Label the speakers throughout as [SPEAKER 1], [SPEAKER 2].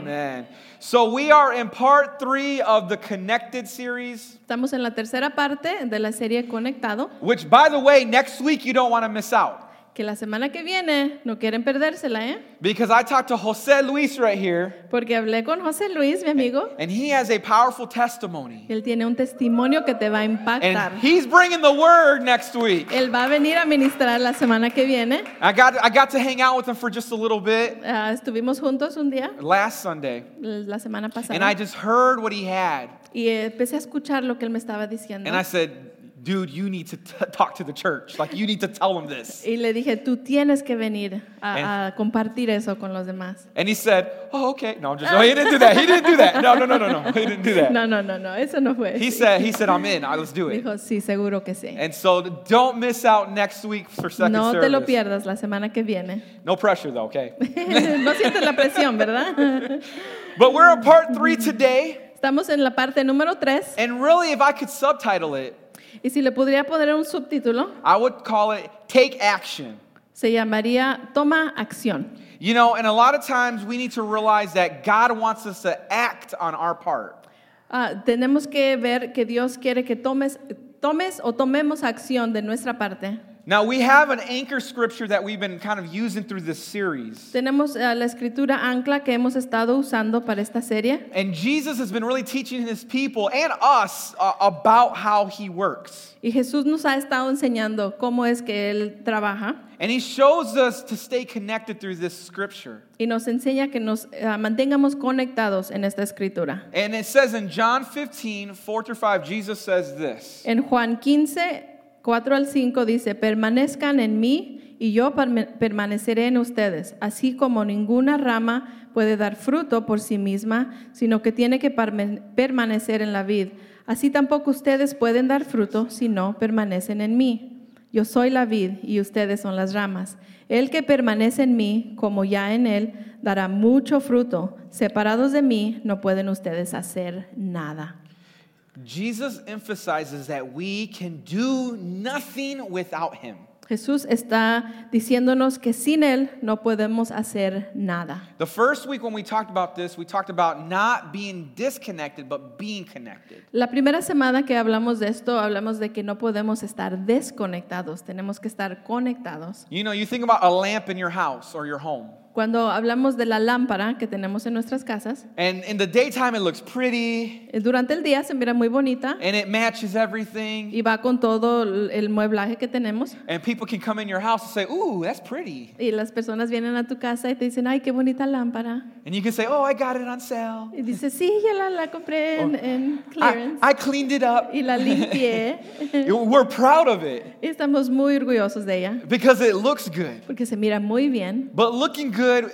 [SPEAKER 1] Amen. So we are in part three of the Connected series,
[SPEAKER 2] Estamos en la tercera parte de la serie Conectado,
[SPEAKER 1] which, by the way, next week you don't want to miss out
[SPEAKER 2] que la semana que viene no quieren perdérsela, ¿eh?
[SPEAKER 1] because I talked to Jose Luis right here,
[SPEAKER 2] Porque hablé con José Luis, mi amigo,
[SPEAKER 1] and he has a powerful testimony.
[SPEAKER 2] y él tiene un testimonio que te va a impactar.
[SPEAKER 1] And he's bringing the word next week.
[SPEAKER 2] Él va a venir a ministrar la semana que viene.
[SPEAKER 1] I got, I got to hang out with him for just a little bit
[SPEAKER 2] Ah, estuvimos juntos un día,
[SPEAKER 1] last Sunday,
[SPEAKER 2] la semana
[SPEAKER 1] and I
[SPEAKER 2] pasada,
[SPEAKER 1] just heard what he had.
[SPEAKER 2] y empecé a escuchar lo que él me estaba diciendo.
[SPEAKER 1] And I said, dude, you need to t- talk to the church. Like, you need to tell them this.
[SPEAKER 2] Y le dije, tú tienes que venir a, a compartir eso con los demás.
[SPEAKER 1] And he said, oh, okay. No, I'm just, no, he didn't do that. He didn't do that. No, no, no, no, no. He didn't do that.
[SPEAKER 2] No, no, no, no, eso no fue.
[SPEAKER 1] He said, he said, I'm in. All right, let's do it.
[SPEAKER 2] Dijo, sí, seguro que sí.
[SPEAKER 1] And so don't miss out next week for second
[SPEAKER 2] No te lo
[SPEAKER 1] service.
[SPEAKER 2] pierdas la semana que viene.
[SPEAKER 1] No pressure, though, okay?
[SPEAKER 2] no sientes la presión, ¿verdad?
[SPEAKER 1] But we're in part three today.
[SPEAKER 2] Estamos en la parte número 3
[SPEAKER 1] And really, if I could subtitle it,
[SPEAKER 2] y si le podría poner un subtítulo,
[SPEAKER 1] I would call it Take Action.
[SPEAKER 2] se llamaría Toma acción.
[SPEAKER 1] You know, and a lot of times we need to realize that God wants us to act on our part.
[SPEAKER 2] Ah, tenemos que ver que Dios quiere que tomes, tomes o tomemos acción de nuestra parte.
[SPEAKER 1] Now, we have an anchor scripture that we've been kind of using through this series.
[SPEAKER 2] Tenemos ah, la escritura ancla que hemos estado usando para esta serie.
[SPEAKER 1] And Jesus has been really teaching his people and us uh, about how he works.
[SPEAKER 2] Y Jesús nos ha estado enseñando cómo es que Él trabaja
[SPEAKER 1] And he shows us to stay connected through this scripture.
[SPEAKER 2] y nos enseña que nos ah, mantengamos conectados en esta escritura.
[SPEAKER 1] And it says in John 15, 4 through 5, Jesus says this
[SPEAKER 2] En Juan 15, 4 al 5 dice, permanezcan en mí y yo perme- permaneceré en ustedes, así como ninguna rama puede dar fruto por sí misma, sino que tiene que parme- permanecer en la vid. Así tampoco ustedes pueden dar fruto si no permanecen en mí. Yo soy la vid y ustedes son las ramas. El que permanece en mí, como ya en él, dará mucho fruto. Separados de mí, no pueden ustedes hacer nada.
[SPEAKER 1] Jesus emphasizes that we can do nothing without him.
[SPEAKER 2] Jesús está diciéndonos que sin Él no podemos hacer nada.
[SPEAKER 1] The first week when we talked about this, we talked about not being disconnected, but being connected.
[SPEAKER 2] La primera semana que hablamos de esto, hablamos de que no podemos estar desconectados, tenemos que estar conectados.
[SPEAKER 1] You know, you think about a lamp in your house or your home.
[SPEAKER 2] Cuando hablamos de la lámpara que tenemos en nuestras casas,
[SPEAKER 1] And in the daytime, it looks pretty
[SPEAKER 2] eh, durante el día se mira muy bonita
[SPEAKER 1] and it matches everything.
[SPEAKER 2] y va con todo el el mueblaje que tenemos.
[SPEAKER 1] And people can come in your house and say, Ooh, that's pretty.
[SPEAKER 2] Y las personas vienen a tu casa y te dicen, ay, qué bonita lámpara.
[SPEAKER 1] And you can say, Oh, I got it on sale.
[SPEAKER 2] Y dices, sí, ya la, la compré en, en
[SPEAKER 1] I,
[SPEAKER 2] clearance
[SPEAKER 1] I cleaned it up.
[SPEAKER 2] y la limpié.
[SPEAKER 1] We're proud of it
[SPEAKER 2] y estamos muy orgullosos de ella.
[SPEAKER 1] because it looks good.
[SPEAKER 2] porque se mira muy bien,
[SPEAKER 1] But looking good i-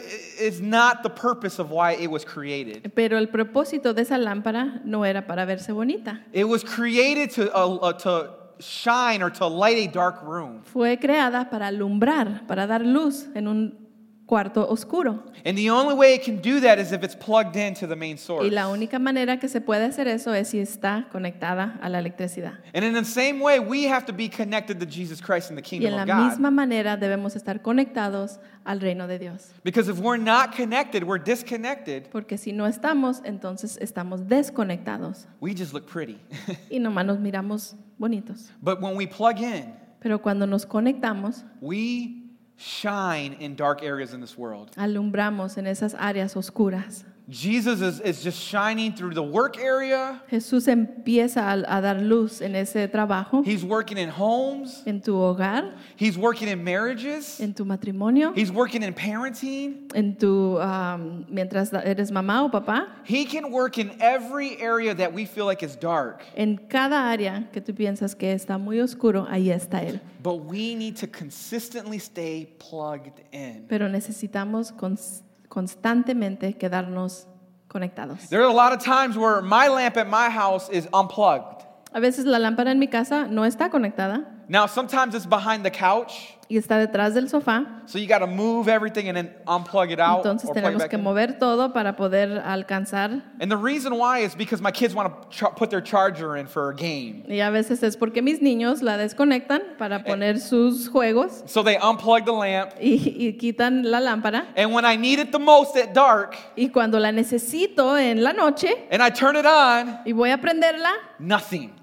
[SPEAKER 1] is not the purpose of why it was created.
[SPEAKER 2] pero el propósito de esa lámpara no era para verse bonita.
[SPEAKER 1] It was created to, uh, uh, to shine or to light a dark room.
[SPEAKER 2] Fue creada para alumbrar, para dar luz en un cuarto oscuro.
[SPEAKER 1] And the only way it can do that is if it's plugged into the main source.
[SPEAKER 2] Y la única manera que se puede hacer eso es si está conectada a la electricidad.
[SPEAKER 1] And in the same way, we have to be connected to Jesus Christ and the
[SPEAKER 2] Y
[SPEAKER 1] kingdom
[SPEAKER 2] en la
[SPEAKER 1] of God.
[SPEAKER 2] misma manera debemos estar conectados al reino de Dios.
[SPEAKER 1] Because if we're not connected, we're disconnected,
[SPEAKER 2] Porque si no estamos, entonces estamos desconectados
[SPEAKER 1] we just look pretty.
[SPEAKER 2] y nomás nos miramos bonitos.
[SPEAKER 1] but when we plug in,
[SPEAKER 2] Pero cuando nos conectamos,
[SPEAKER 1] we shine in dark areas in this world.
[SPEAKER 2] alumbramos en esas áreas oscuras.
[SPEAKER 1] Jesus is, is just shining through the work area,
[SPEAKER 2] Jesús empieza a, a dar luz en ese trabajo,
[SPEAKER 1] He's working in homes,
[SPEAKER 2] en tu hogar,
[SPEAKER 1] He's working in marriages,
[SPEAKER 2] en tu matrimonio,
[SPEAKER 1] He's working in parenting.
[SPEAKER 2] en tu um, mientras da- eres mamá o papá,
[SPEAKER 1] He can work in every area that we feel like is dark,
[SPEAKER 2] en cada área que tú piensas que está muy oscuro, ahí está él.
[SPEAKER 1] but we need to consistently stay plugged in.
[SPEAKER 2] Pero necesitamos cons- constantemente quedarnos conectados.
[SPEAKER 1] There are a lot of times where my lamp at my house is unplugged.
[SPEAKER 2] A veces la lámpara en mi casa no está conectada,
[SPEAKER 1] Now, sometimes it's behind the couch,
[SPEAKER 2] y está detrás del sofá.
[SPEAKER 1] so you got to move everything and then unplug it out.
[SPEAKER 2] Entonces
[SPEAKER 1] or plug it
[SPEAKER 2] tenemos
[SPEAKER 1] back
[SPEAKER 2] que
[SPEAKER 1] in.
[SPEAKER 2] mover todo para poder alcanzar.
[SPEAKER 1] And the reason why is because my kids want to put their charger in for a game.
[SPEAKER 2] Y a veces es porque mis niños la desconectan
[SPEAKER 1] Eh.
[SPEAKER 2] para poner sus juegos
[SPEAKER 1] So they unplug the lamp.
[SPEAKER 2] y, y quitan la lámpara.
[SPEAKER 1] And when I need it the most at dark,
[SPEAKER 2] Y cuando la necesito en la noche
[SPEAKER 1] and I turn it on,
[SPEAKER 2] y voy a prenderla,
[SPEAKER 1] nothing.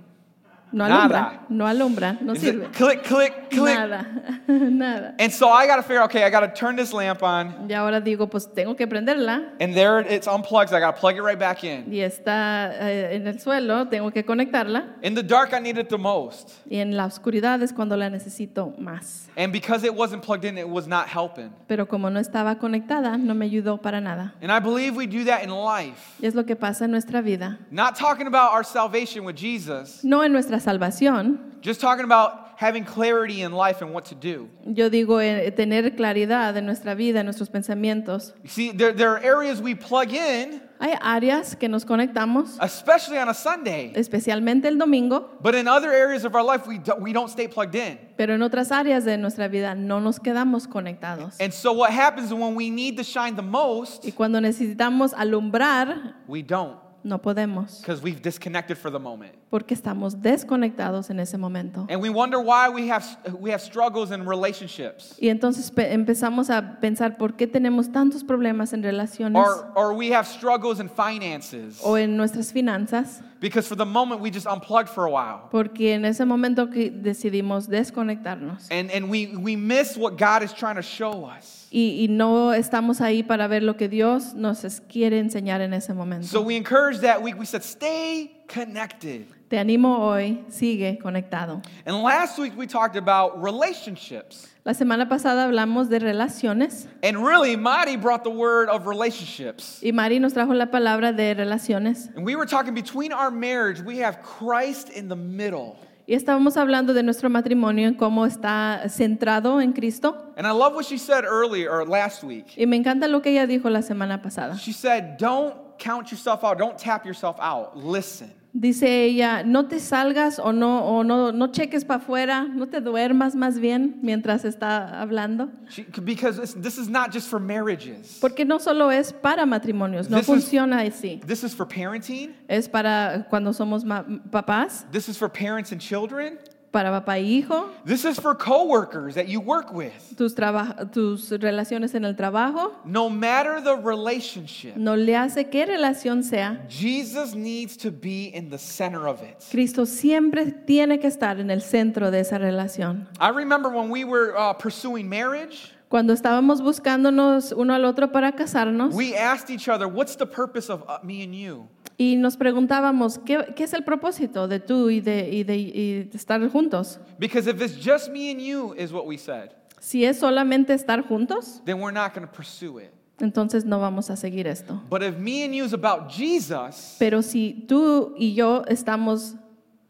[SPEAKER 2] no
[SPEAKER 1] Nada.
[SPEAKER 2] alumbra, no alumbra, no
[SPEAKER 1] It's just
[SPEAKER 2] sirve.
[SPEAKER 1] click, click, click.
[SPEAKER 2] Nada, nada.
[SPEAKER 1] And so I got to figure, okay, I got to turn this lamp on.
[SPEAKER 2] Y ahora digo, pues tengo que prenderla
[SPEAKER 1] And there it- it's unplugged. I got to plug it right back in.
[SPEAKER 2] y está eh, en el suelo, tengo que conectarla.
[SPEAKER 1] In the dark, I need it the most.
[SPEAKER 2] Y en la oscuridad es cuando la necesito más.
[SPEAKER 1] And because it wasn't plugged in, it was not helping.
[SPEAKER 2] Pero como no estaba conectada, no me ayudó para nada.
[SPEAKER 1] And I believe we do that in life.
[SPEAKER 2] Y es lo que pasa en nuestra vida.
[SPEAKER 1] Not talking about our salvation with Jesus,
[SPEAKER 2] No en nuestra salvación,
[SPEAKER 1] just talking about having clarity in life and what to do.
[SPEAKER 2] yo digo eh, tener claridad en nuestra vida, en nuestros pensamientos.
[SPEAKER 1] You see, there, there are areas we plug in,
[SPEAKER 2] Hay áreas que nos conectamos,
[SPEAKER 1] especially on a Sunday.
[SPEAKER 2] especialmente el domingo,
[SPEAKER 1] But in other areas of our life, we, do, we don't stay plugged in.
[SPEAKER 2] pero en otras áreas de nuestra vida no nos quedamos conectados.
[SPEAKER 1] And so what happens when we need to shine the most,
[SPEAKER 2] Y cuando necesitamos alumbrar,
[SPEAKER 1] we don't
[SPEAKER 2] no podemos,
[SPEAKER 1] because we've disconnected for the moment.
[SPEAKER 2] porque estamos desconectados en ese momento.
[SPEAKER 1] And we wonder why we have, we have struggles in relationships
[SPEAKER 2] Y entonces pe- empezamos a pensar por qué tenemos tantos problemas en relaciones
[SPEAKER 1] or, or we have struggles in finances
[SPEAKER 2] o en nuestras finanzas,
[SPEAKER 1] because for the moment we just unplugged for a while.
[SPEAKER 2] porque en ese momento que decidimos desconectarnos.
[SPEAKER 1] And, and we, we miss what God is trying to show us.
[SPEAKER 2] y, y no estamos ahí para ver lo que Dios nos es- quiere enseñar en ese momento.
[SPEAKER 1] So we encourage that week. We said, stay connected.
[SPEAKER 2] Te animo hoy, sigue conectado.
[SPEAKER 1] And last week we talked about relationships.
[SPEAKER 2] La semana pasada hablamos de relaciones
[SPEAKER 1] And really, Marty brought the word of relationships.
[SPEAKER 2] y Mari nos trajo la palabra de relaciones
[SPEAKER 1] And we were talking between our marriage, we have Christ in the middle.
[SPEAKER 2] y estábamos hablando de nuestro matrimonio en cómo está centrado en Cristo
[SPEAKER 1] And I love what she said earlier or last week.
[SPEAKER 2] y me encanta lo que ella dijo la semana pasada.
[SPEAKER 1] She said, Don't count yourself out, don't tap yourself out. Listen.
[SPEAKER 2] Dice ella, no te salgas o no o no no cheques para afuera, no te duermas más bien mientras está hablando,
[SPEAKER 1] She, because this, this is not just for marriages,
[SPEAKER 2] porque no solo es para matrimonios, no
[SPEAKER 1] This is-
[SPEAKER 2] funciona así.
[SPEAKER 1] this is for parenting,
[SPEAKER 2] Es para cuando somos ma- papás,
[SPEAKER 1] this is for parents and children,
[SPEAKER 2] para papá e hijo,
[SPEAKER 1] this is for coworkers that you work with.
[SPEAKER 2] tus, traba- tus relaciones en el trabajo.
[SPEAKER 1] No matter the relationship,
[SPEAKER 2] No le hace qué relación sea.
[SPEAKER 1] Jesus needs to be in the center of it.
[SPEAKER 2] Cristo siempre tiene que estar en el centro de esa relación.
[SPEAKER 1] I remember when we were uh, pursuing marriage,
[SPEAKER 2] Cuando estábamos buscándonos uno al otro para casarnos
[SPEAKER 1] We asked each other, what's the purpose of uh, me and you?
[SPEAKER 2] y nos preguntábamos, ¿qué, qué es el propósito de tú y de, y de- y de estar juntos?
[SPEAKER 1] Because if it's just me and you, is what we said,
[SPEAKER 2] Si es solamente estar juntos,
[SPEAKER 1] then we're not going to pursue it.
[SPEAKER 2] entonces no vamos a seguir esto.
[SPEAKER 1] But if me and you is about Jesus,
[SPEAKER 2] Pero si tú y yo estamos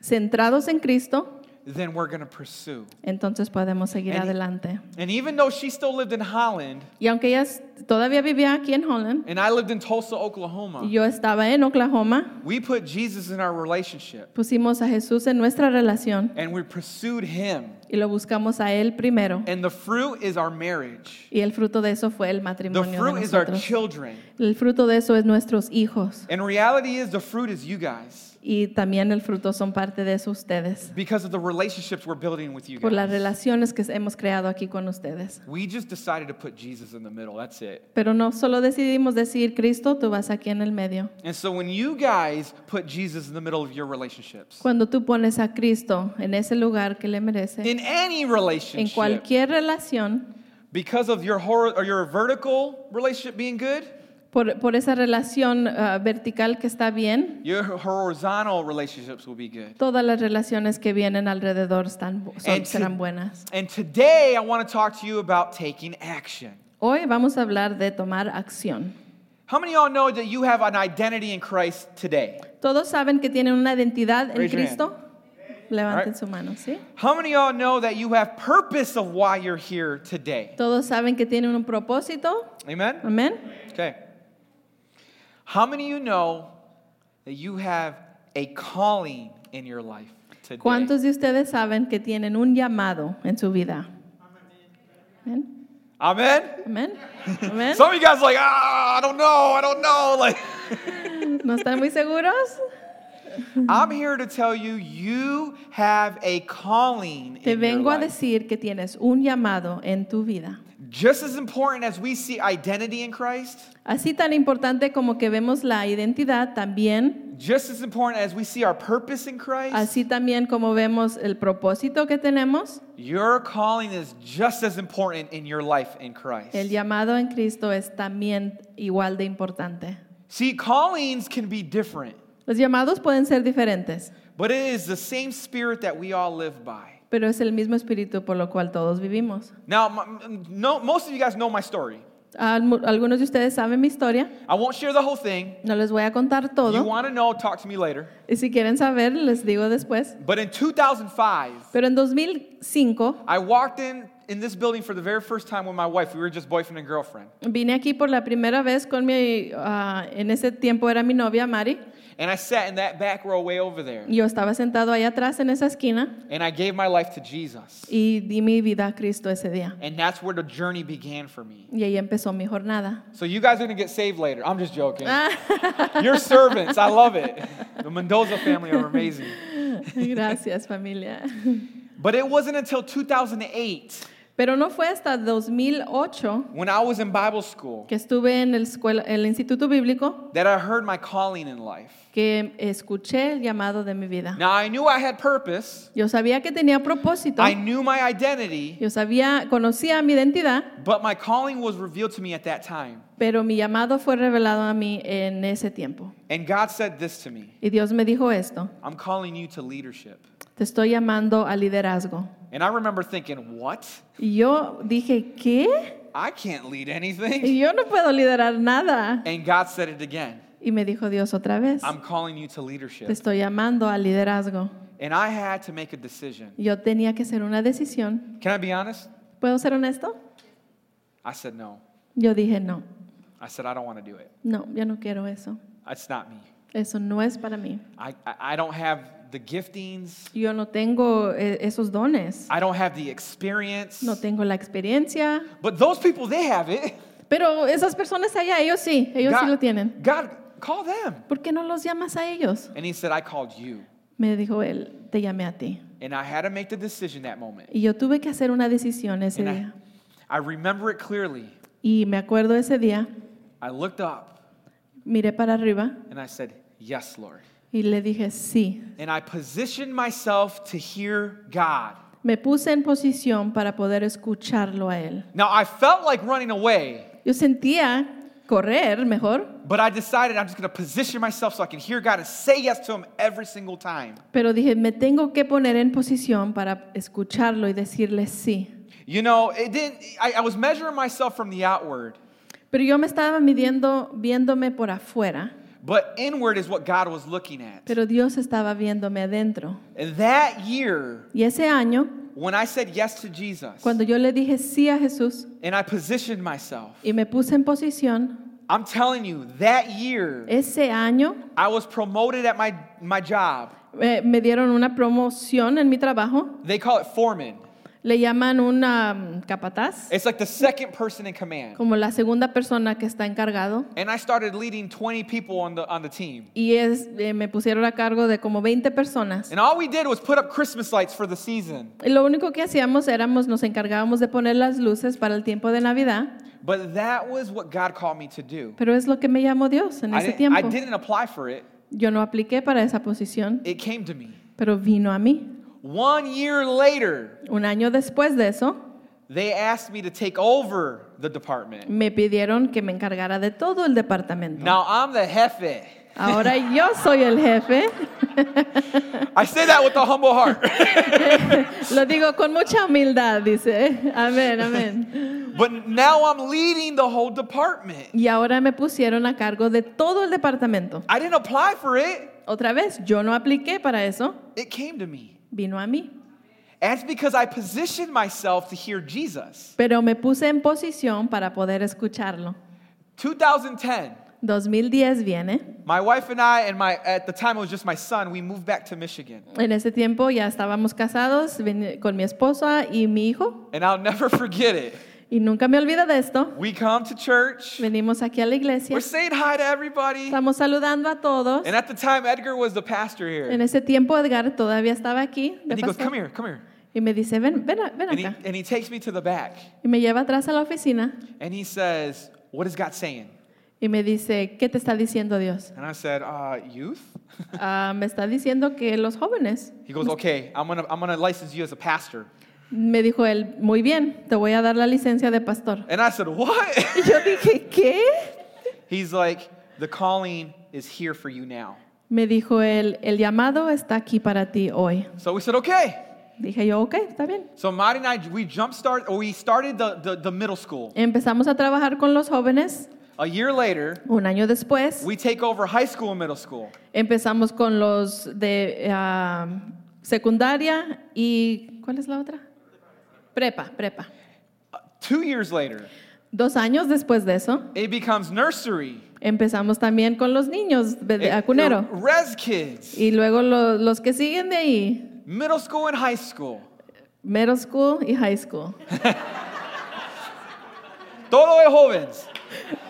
[SPEAKER 2] centrados en Cristo,
[SPEAKER 1] then we're going to pursue.
[SPEAKER 2] entonces podemos seguir
[SPEAKER 1] Any-
[SPEAKER 2] adelante.
[SPEAKER 1] And even though she still lived in Holland
[SPEAKER 2] Y aunque ella s- todavía vivía aquí en Holland,
[SPEAKER 1] and I lived in Tulsa,
[SPEAKER 2] y
[SPEAKER 1] Oklahoma,
[SPEAKER 2] yo estaba en Oklahoma,
[SPEAKER 1] we put Jesus in our relationship
[SPEAKER 2] pusimos a Jesús en nuestra relación
[SPEAKER 1] and we pursued him.
[SPEAKER 2] y lo buscamos a Él primero.
[SPEAKER 1] And the fruit is our marriage.
[SPEAKER 2] Y el fruto de eso fue el
[SPEAKER 1] The
[SPEAKER 2] matrimonio
[SPEAKER 1] fruit
[SPEAKER 2] de
[SPEAKER 1] is our
[SPEAKER 2] nosotros.
[SPEAKER 1] children.
[SPEAKER 2] El fruto de eso es nuestros hijos.
[SPEAKER 1] And reality is the fruit is you guys
[SPEAKER 2] Y también el fruto son parte de eso ustedes,
[SPEAKER 1] because of the relationships we're building with you
[SPEAKER 2] por las
[SPEAKER 1] guys.
[SPEAKER 2] relaciones que hemos creado aquí con ustedes.
[SPEAKER 1] We just decided to put Jesus in the middle. That's it.
[SPEAKER 2] Pero no solo decidimos decir, Cristo, tú vas aquí en el medio.
[SPEAKER 1] And so when you guys put Jesus in the middle of your relationships,
[SPEAKER 2] Cuando tú pones a Cristo en ese lugar que le merece,
[SPEAKER 1] in any
[SPEAKER 2] en
[SPEAKER 1] relationship,
[SPEAKER 2] cualquier relación,
[SPEAKER 1] because of your hor- or your vertical relationship being good,
[SPEAKER 2] por, por esa relación ah, vertical que está bien,
[SPEAKER 1] your horizontal relationships will be good.
[SPEAKER 2] todas las relaciones que vienen alrededor están, bu- son-
[SPEAKER 1] And to-
[SPEAKER 2] serán buenas.
[SPEAKER 1] And today I want to talk to you about taking action.
[SPEAKER 2] Hoy vamos a hablar de tomar acción.
[SPEAKER 1] How many of y'all know that you have an identity in Christ today?
[SPEAKER 2] Todos saben que tienen una identidad en
[SPEAKER 1] Raise your hand.
[SPEAKER 2] Cristo. Levanten
[SPEAKER 1] Alright.
[SPEAKER 2] su mano, ¿sí?
[SPEAKER 1] How many of y'all know that you have purpose of why you're here today?
[SPEAKER 2] Todos saben que tienen un propósito.
[SPEAKER 1] Amen?
[SPEAKER 2] Amén.
[SPEAKER 1] Okay. How many of you know that you have a calling in your life? today.
[SPEAKER 2] ¿Cuántos de ustedes saben que tienen un llamado en su vida? Amén.
[SPEAKER 1] Amen?
[SPEAKER 2] Amén. Amén.
[SPEAKER 1] Some of you guys are like, ah, I don't know, I don't know. Like,
[SPEAKER 2] ¿No están muy seguros?
[SPEAKER 1] I'm here to tell you, you have a calling.
[SPEAKER 2] Te
[SPEAKER 1] in your
[SPEAKER 2] vengo a
[SPEAKER 1] life.
[SPEAKER 2] decir que tienes un llamado en tu vida.
[SPEAKER 1] Just as important as we see identity in Christ,
[SPEAKER 2] Así tan importante como que vemos la identidad también,
[SPEAKER 1] just as important as we see our purpose in Christ,
[SPEAKER 2] así también como vemos el propósito que tenemos,
[SPEAKER 1] your calling is just as important in your life in Christ.
[SPEAKER 2] el llamado en Cristo es también igual de importante.
[SPEAKER 1] See, callings can be different,
[SPEAKER 2] Los llamados pueden ser diferentes,
[SPEAKER 1] but it is the same spirit that we all live by.
[SPEAKER 2] pero es el mismo espíritu por lo cual todos vivimos.
[SPEAKER 1] Now, m- m- no, most of you guys know my story.
[SPEAKER 2] Almu- Algunos de ustedes saben mi historia,
[SPEAKER 1] I won't share the whole thing.
[SPEAKER 2] no les voy a contar
[SPEAKER 1] If you
[SPEAKER 2] todo,
[SPEAKER 1] want to know, talk to me later.
[SPEAKER 2] y si quieren saber, les digo después.
[SPEAKER 1] But in 2005,
[SPEAKER 2] Pero en 2005
[SPEAKER 1] I walked in in this building for the very first time with my wife. We were just boyfriend and girlfriend.
[SPEAKER 2] vine aquí por la primera vez con mi, ah, en ese tiempo era mi novia Mari,
[SPEAKER 1] And I sat in that back row way over there.
[SPEAKER 2] yo estaba sentado ahí atrás en esa esquina
[SPEAKER 1] And I gave my life to Jesus.
[SPEAKER 2] y di mi vida a Cristo ese día.
[SPEAKER 1] And that's where the journey began for me.
[SPEAKER 2] Y ahí empezó mi jornada. Ah,
[SPEAKER 1] So you guys are going to get saved later. I'm just joking. You're servants. I love it. The Mendoza family are amazing.
[SPEAKER 2] Gracias familia.
[SPEAKER 1] But it wasn't until 2008
[SPEAKER 2] Pero no fue hasta 2008
[SPEAKER 1] when I was in Bible school
[SPEAKER 2] que estuve en el, escuela- el Instituto Bíblico
[SPEAKER 1] that I heard my calling in life.
[SPEAKER 2] que escuché el llamado de mi vida.
[SPEAKER 1] Now I knew I had purpose.
[SPEAKER 2] Yo sabía que tenía propósito,
[SPEAKER 1] I knew my identity,
[SPEAKER 2] yo sabía, conocía mi identidad,
[SPEAKER 1] but my calling was revealed to me at that time.
[SPEAKER 2] pero mi llamado fue revelado a mí en ese tiempo.
[SPEAKER 1] And God said this to me
[SPEAKER 2] Y Dios me dijo esto,
[SPEAKER 1] I'm calling you to leadership.
[SPEAKER 2] te estoy llamando a liderazgo.
[SPEAKER 1] And I remember thinking, What?
[SPEAKER 2] Y yo dije, ¿qué?
[SPEAKER 1] I can't lead anything.
[SPEAKER 2] Y yo no puedo liderar nada.
[SPEAKER 1] And God said it again
[SPEAKER 2] Y me dijo Dios otra vez,
[SPEAKER 1] I'm calling you to
[SPEAKER 2] te
[SPEAKER 1] leadership.
[SPEAKER 2] estoy llamando a liderazgo.
[SPEAKER 1] And I had to make a decision.
[SPEAKER 2] Yo tenía que hacer una decisión.
[SPEAKER 1] Can I be honest?
[SPEAKER 2] ¿Puedo ser honesto?
[SPEAKER 1] I said, No.
[SPEAKER 2] Yo dije, no,
[SPEAKER 1] I said, I don't want to do it.
[SPEAKER 2] no, yo no quiero eso.
[SPEAKER 1] That's not me.
[SPEAKER 2] Eso no es para mí.
[SPEAKER 1] I, I I don't have the giftings,
[SPEAKER 2] Yo no tengo eh, esos dones,
[SPEAKER 1] I don't have the experience.
[SPEAKER 2] no tengo la experiencia.
[SPEAKER 1] But those people, they have it.
[SPEAKER 2] Pero esas personas allá, ellos sí, ellos sí lo tienen.
[SPEAKER 1] God, call them.
[SPEAKER 2] ¿Por qué no los llamas a ellos?
[SPEAKER 1] And he said, I called you.
[SPEAKER 2] Me dijo él, te llamé a ti.
[SPEAKER 1] And I had to make the decision that moment.
[SPEAKER 2] Y yo tuve que hacer una decisión ese
[SPEAKER 1] And I,
[SPEAKER 2] día.
[SPEAKER 1] I remember it clearly.
[SPEAKER 2] Y me acuerdo ese día,
[SPEAKER 1] I looked up
[SPEAKER 2] miré para arriba
[SPEAKER 1] and I said, Yes, Lord.
[SPEAKER 2] y le dije, sí.
[SPEAKER 1] And I positioned myself to hear God.
[SPEAKER 2] Me puse en posición para poder escucharlo a él.
[SPEAKER 1] Now, I felt like running away,
[SPEAKER 2] Yo sentía correr mejor,
[SPEAKER 1] but I decided I'm just going to position myself so I can hear God and say yes to Him every single time.
[SPEAKER 2] pero dije, me tengo que poner en posición para escucharlo y decirle sí.
[SPEAKER 1] You know, it didn't, I, I was measuring myself from the outward,
[SPEAKER 2] Pero yo me estaba midiendo, viéndome por afuera,
[SPEAKER 1] but inward is what God was looking at.
[SPEAKER 2] pero Dios estaba viéndome adentro.
[SPEAKER 1] And that year,
[SPEAKER 2] Y ese año,
[SPEAKER 1] when I said yes to Jesus
[SPEAKER 2] cuando yo le dije sí a Jesús
[SPEAKER 1] and I positioned myself,
[SPEAKER 2] y me puse en posición,
[SPEAKER 1] I'm telling you, that year
[SPEAKER 2] ese año
[SPEAKER 1] I was promoted at my, my job.
[SPEAKER 2] eh, me dieron una promoción en mi trabajo,
[SPEAKER 1] They call it foreman.
[SPEAKER 2] le llaman una mm, capataz,
[SPEAKER 1] It's like the second person in command.
[SPEAKER 2] como la segunda persona que está encargado.
[SPEAKER 1] And I started leading 20 people on the, on the team.
[SPEAKER 2] Y es, eh, me pusieron a cargo de como 20 personas.
[SPEAKER 1] And all we did was put up Christmas lights for the season.
[SPEAKER 2] Y Lo único que hacíamos éramos, nos encargábamos de poner las luces para el tiempo de Navidad,
[SPEAKER 1] But that was what God called me to do.
[SPEAKER 2] pero es lo que me llamó Dios en
[SPEAKER 1] I
[SPEAKER 2] ese
[SPEAKER 1] didn't, I
[SPEAKER 2] tiempo.
[SPEAKER 1] didn't apply for it,
[SPEAKER 2] Yo no apliqué para esa posición,
[SPEAKER 1] it came to me.
[SPEAKER 2] pero vino a mí.
[SPEAKER 1] One year later,
[SPEAKER 2] Un año después de eso,
[SPEAKER 1] they asked me to take over the department.
[SPEAKER 2] me pidieron que me encargara de todo el departamento.
[SPEAKER 1] Now I'm the jefe.
[SPEAKER 2] Ahora yo soy el jefe.
[SPEAKER 1] I say that with a humble heart.
[SPEAKER 2] Lo digo con mucha humildad, dice. Amén, amén.
[SPEAKER 1] But now I'm leading the whole department.
[SPEAKER 2] Y ahora me pusieron a cargo de todo el departamento.
[SPEAKER 1] I didn't apply for it,
[SPEAKER 2] Otra vez, yo no apliqué para eso,
[SPEAKER 1] it came to me.
[SPEAKER 2] vino a mí.
[SPEAKER 1] And it's because I positioned myself to hear Jesus.
[SPEAKER 2] Pero me puse en posición para poder escucharlo.
[SPEAKER 1] 2010,
[SPEAKER 2] 2010 viene.
[SPEAKER 1] My wife and I, and my at the time it was just my son. We moved back to Michigan,
[SPEAKER 2] En ese tiempo ya estábamos casados ven- con mi esposa y mi hijo.
[SPEAKER 1] and I'll never forget it.
[SPEAKER 2] Y nunca me olvido de esto.
[SPEAKER 1] We come to church.
[SPEAKER 2] Venimos aquí a la iglesia.
[SPEAKER 1] We're saying hi to everybody.
[SPEAKER 2] Estamos saludando a todos.
[SPEAKER 1] And at the time, Edgar was the pastor
[SPEAKER 2] En
[SPEAKER 1] here.
[SPEAKER 2] ese tiempo Edgar todavía estaba aquí. de
[SPEAKER 1] And he goes,
[SPEAKER 2] pastor.
[SPEAKER 1] "Come here, come here."
[SPEAKER 2] Y me dice, ven, ven, a- ven
[SPEAKER 1] And he,
[SPEAKER 2] acá.
[SPEAKER 1] and he takes me to the back,
[SPEAKER 2] Y me lleva atrás a la oficina
[SPEAKER 1] and he says, "What is God saying?"
[SPEAKER 2] y me dice, ¿qué te está diciendo Dios?
[SPEAKER 1] And I said, uh, "Youth."
[SPEAKER 2] Ah, me está diciendo que los jóvenes.
[SPEAKER 1] He goes, "Okay, I'm gonna I'm gonna license you as a pastor."
[SPEAKER 2] Me dijo él, muy bien, te voy a dar la licencia de pastor.
[SPEAKER 1] And I said, "What?"
[SPEAKER 2] Y yo dije, ¿qué?
[SPEAKER 1] He's like, "The calling is here for you now."
[SPEAKER 2] Me dijo él, el llamado está aquí para ti hoy.
[SPEAKER 1] So we said, "Okay."
[SPEAKER 2] Dije yo, ok, está bien.
[SPEAKER 1] So Marty and I, we jump start, or we started the, the, the middle school.
[SPEAKER 2] Empezamos a trabajar con los jóvenes.
[SPEAKER 1] A year later,
[SPEAKER 2] Un año después,
[SPEAKER 1] we take over high school and middle school.
[SPEAKER 2] empezamos con los de ah, secundaria y, ¿cuál es la otra? Prepa, prepa.
[SPEAKER 1] Uh, Two years later,
[SPEAKER 2] Dos años después de eso,
[SPEAKER 1] it becomes nursery.
[SPEAKER 2] empezamos también con los niños de- de
[SPEAKER 1] It-
[SPEAKER 2] Acunero.
[SPEAKER 1] Res kids.
[SPEAKER 2] Y luego lo- los que siguen de ahí,
[SPEAKER 1] Middle school and high school.
[SPEAKER 2] middle school y high school.
[SPEAKER 1] Todo es jóvenes.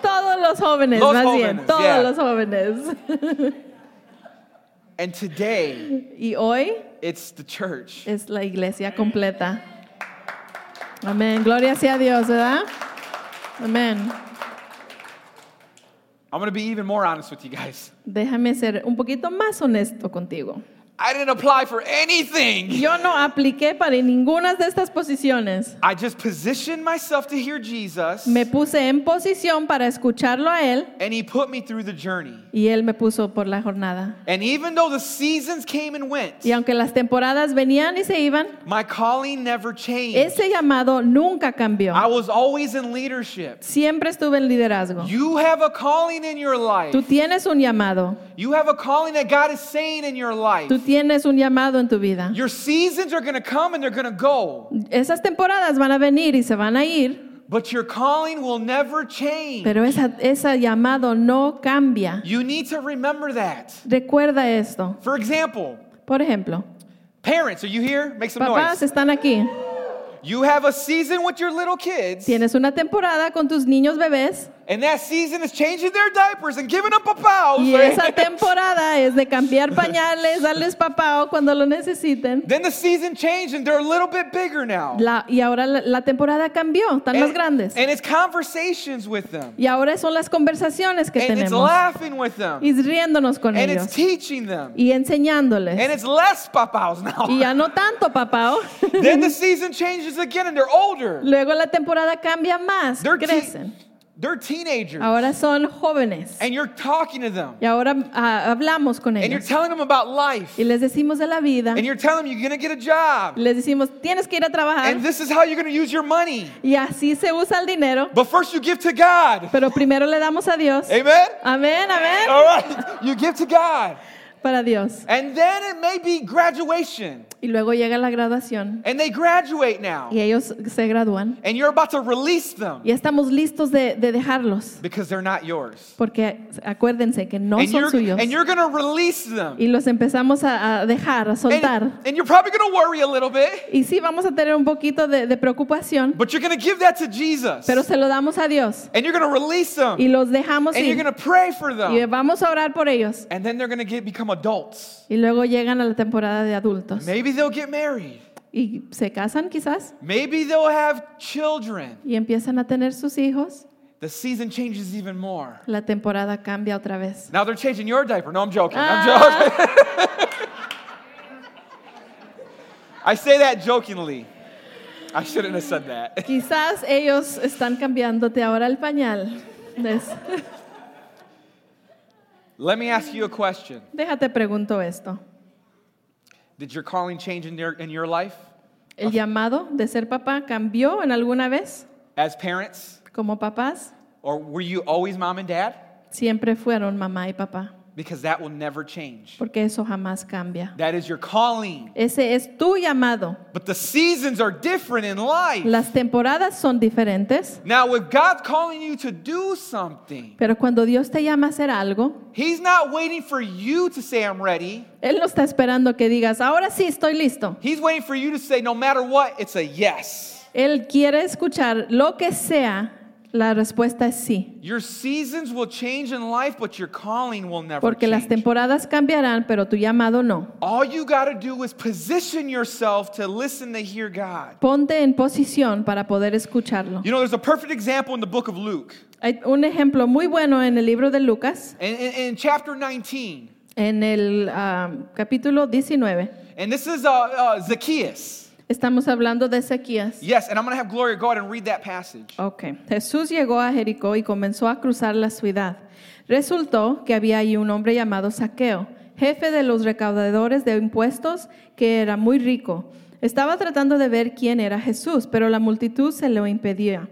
[SPEAKER 2] Todos los jóvenes,
[SPEAKER 1] Los
[SPEAKER 2] más
[SPEAKER 1] jóvenes,
[SPEAKER 2] bien, todos
[SPEAKER 1] yeah.
[SPEAKER 2] los jóvenes.
[SPEAKER 1] And today,
[SPEAKER 2] Y hoy
[SPEAKER 1] it's the church.
[SPEAKER 2] es la iglesia completa. Amén, gloria sea Dios, ¿verdad? Amén.
[SPEAKER 1] I'm going to be even more honest with you guys.
[SPEAKER 2] Déjame ser un poquito más honesto contigo.
[SPEAKER 1] I didn't apply for anything.
[SPEAKER 2] Yo no apliqué para ninguna de estas posiciones.
[SPEAKER 1] I just positioned myself to hear Jesus,
[SPEAKER 2] Me puse en posición para escucharlo a él
[SPEAKER 1] and He put me through the journey.
[SPEAKER 2] y él me puso por la jornada.
[SPEAKER 1] And even though the seasons came and went,
[SPEAKER 2] Y aunque las temporadas venían y se iban,
[SPEAKER 1] my calling never changed.
[SPEAKER 2] Ese llamado nunca cambió.
[SPEAKER 1] I was always in leadership.
[SPEAKER 2] Siempre estuve en liderazgo.
[SPEAKER 1] You have a calling in your life.
[SPEAKER 2] Tú tienes un llamado.
[SPEAKER 1] You have a calling that God is saying in your life.
[SPEAKER 2] Tú tienes un llamado en tu vida.
[SPEAKER 1] Your seasons are going to come and they're going to go,
[SPEAKER 2] Esas temporadas van a venir y se van a ir,
[SPEAKER 1] but your calling will never change.
[SPEAKER 2] pero esa, ese llamado no cambia.
[SPEAKER 1] You need to remember that.
[SPEAKER 2] Recuerda esto.
[SPEAKER 1] For example,
[SPEAKER 2] Por ejemplo,
[SPEAKER 1] parents, are you here? Make some
[SPEAKER 2] papás
[SPEAKER 1] noise.
[SPEAKER 2] están aquí.
[SPEAKER 1] You have a season with your little kids,
[SPEAKER 2] Tienes una temporada con tus niños bebés
[SPEAKER 1] and that season is changing their diapers and giving them papaws.
[SPEAKER 2] y
[SPEAKER 1] right?
[SPEAKER 2] esa temporada es de cambiar pañales, darles papao cuando lo necesiten.
[SPEAKER 1] Then the season changed and they're a little bit bigger now.
[SPEAKER 2] La- y ahora la, la temporada cambió, están
[SPEAKER 1] Eh,
[SPEAKER 2] más grandes.
[SPEAKER 1] and it's conversations with them.
[SPEAKER 2] Y ahora son las conversaciones que
[SPEAKER 1] And it's
[SPEAKER 2] tenemos.
[SPEAKER 1] laughing with them.
[SPEAKER 2] Y riéndonos con
[SPEAKER 1] And
[SPEAKER 2] ellos.
[SPEAKER 1] it's teaching them.
[SPEAKER 2] Y enseñándoles.
[SPEAKER 1] And it's less papaws
[SPEAKER 2] Y
[SPEAKER 1] now.
[SPEAKER 2] ya no tanto, papá. oh.
[SPEAKER 1] then the season changes again and they're older.
[SPEAKER 2] Luego la temporada cambia más.
[SPEAKER 1] They're, te-
[SPEAKER 2] Crecen.
[SPEAKER 1] they're teenagers.
[SPEAKER 2] Ahora son jóvenes.
[SPEAKER 1] And you're talking to them.
[SPEAKER 2] Y ahora ah, hablamos con
[SPEAKER 1] And you're
[SPEAKER 2] ellos.
[SPEAKER 1] telling them about life.
[SPEAKER 2] Y les decimos de la vida.
[SPEAKER 1] And you're telling them you're going to get a job.
[SPEAKER 2] Les decimos, tienes que ir a trabajar.
[SPEAKER 1] And this is how you're going to use your money.
[SPEAKER 2] Y así se usa el dinero.
[SPEAKER 1] But first you give to God.
[SPEAKER 2] Pero primero le damos a Dios.
[SPEAKER 1] Amen?
[SPEAKER 2] Amén, amén.
[SPEAKER 1] All right. You give to God.
[SPEAKER 2] Para Dios.
[SPEAKER 1] And then it may be graduation.
[SPEAKER 2] Y luego llega la graduación.
[SPEAKER 1] And they graduate now.
[SPEAKER 2] Y ellos se gradúan.
[SPEAKER 1] And you're about to release them
[SPEAKER 2] Y estamos listos de, de dejarlos.
[SPEAKER 1] because they're not yours.
[SPEAKER 2] Porque acuérdense que no
[SPEAKER 1] And
[SPEAKER 2] son
[SPEAKER 1] you're,
[SPEAKER 2] suyos.
[SPEAKER 1] and you're going to release them.
[SPEAKER 2] y los empezamos a, a dejar, a soltar.
[SPEAKER 1] And, and you're probably going to worry a little bit,
[SPEAKER 2] Y sí vamos a tener un poquito de, de preocupación,
[SPEAKER 1] but you're going to give that to Jesus.
[SPEAKER 2] pero se lo damos a Dios
[SPEAKER 1] and you're going to release them.
[SPEAKER 2] y los dejamos
[SPEAKER 1] and you're
[SPEAKER 2] ir.
[SPEAKER 1] going to pray for them.
[SPEAKER 2] Y vamos a orar por ellos.
[SPEAKER 1] and then they're going to get become adults.
[SPEAKER 2] Y luego llegan a la temporada de adultos
[SPEAKER 1] Maybe they'll get married.
[SPEAKER 2] y se casan quizás
[SPEAKER 1] Maybe they'll have children.
[SPEAKER 2] y empiezan a tener sus hijos.
[SPEAKER 1] The season changes even more.
[SPEAKER 2] La temporada cambia otra vez.
[SPEAKER 1] Now they're changing your diaper. No, I'm joking. I'm joking.
[SPEAKER 2] Ah,
[SPEAKER 1] I say that jokingly. I shouldn't have said that.
[SPEAKER 2] quizás ellos están cambiándote ahora el pañal. Es-
[SPEAKER 1] Let me ask you a question.
[SPEAKER 2] déjate pregunto esto.
[SPEAKER 1] Did your calling change in your, in your life
[SPEAKER 2] ¿El llamado de ser papá cambió en alguna vez
[SPEAKER 1] as parents?
[SPEAKER 2] como papás?
[SPEAKER 1] Or were you always mom and dad?
[SPEAKER 2] Siempre fueron mamá y papá.
[SPEAKER 1] because that will never change.
[SPEAKER 2] porque eso jamás cambia.
[SPEAKER 1] That is your calling.
[SPEAKER 2] Ese es tu llamado.
[SPEAKER 1] But the seasons are different in life.
[SPEAKER 2] Las temporadas son diferentes,
[SPEAKER 1] Now, with God calling you to do something,
[SPEAKER 2] pero cuando Dios te llama a hacer algo,
[SPEAKER 1] He's not waiting for you to say, I'm ready.
[SPEAKER 2] Él no está esperando que digas, ahora sí estoy listo.
[SPEAKER 1] He's waiting for you to say, no matter what, it's a yes.
[SPEAKER 2] Él quiere escuchar lo que sea, la respuesta es sí.
[SPEAKER 1] Your seasons will change in life, but your calling will never
[SPEAKER 2] Porque las
[SPEAKER 1] change.
[SPEAKER 2] temporadas cambiarán, pero tu llamado no.
[SPEAKER 1] All you got to do is position yourself to listen to hear God.
[SPEAKER 2] Ponte en posición para poder escucharlo.
[SPEAKER 1] You know, there's a perfect example in the book of Luke.
[SPEAKER 2] Hay un ejemplo muy bueno en el libro de Lucas,
[SPEAKER 1] In, in, in chapter 19,
[SPEAKER 2] en el ah, capítulo 19.
[SPEAKER 1] and this is uh, uh, Zacchaeus.
[SPEAKER 2] Estamos hablando de Ezequías.
[SPEAKER 1] Yes, and I'm going to have Gloria go out and read that passage.
[SPEAKER 2] Ok. Jesús llegó a Jericó y comenzó a cruzar la ciudad. Resultó que había allí un hombre llamado Saqueo, jefe de los recaudadores de impuestos, que era muy rico. Estaba tratando de ver quién era Jesús, pero la multitud se lo impedía,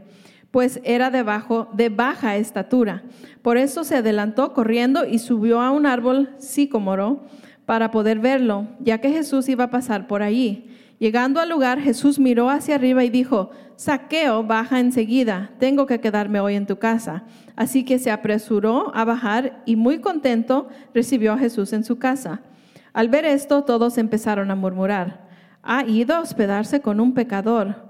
[SPEAKER 2] pues era de, bajo- de baja estatura. Por eso se adelantó corriendo y subió a un árbol sicómoro para poder verlo, ya que Jesús iba a pasar por allí. Llegando al lugar, Jesús miró hacia arriba y dijo, Saqueo, baja enseguida, tengo que quedarme hoy en tu casa. Así que se apresuró a bajar y muy contento recibió a Jesús en su casa. Al ver esto, todos empezaron a murmurar, ha ido a hospedarse con un pecador.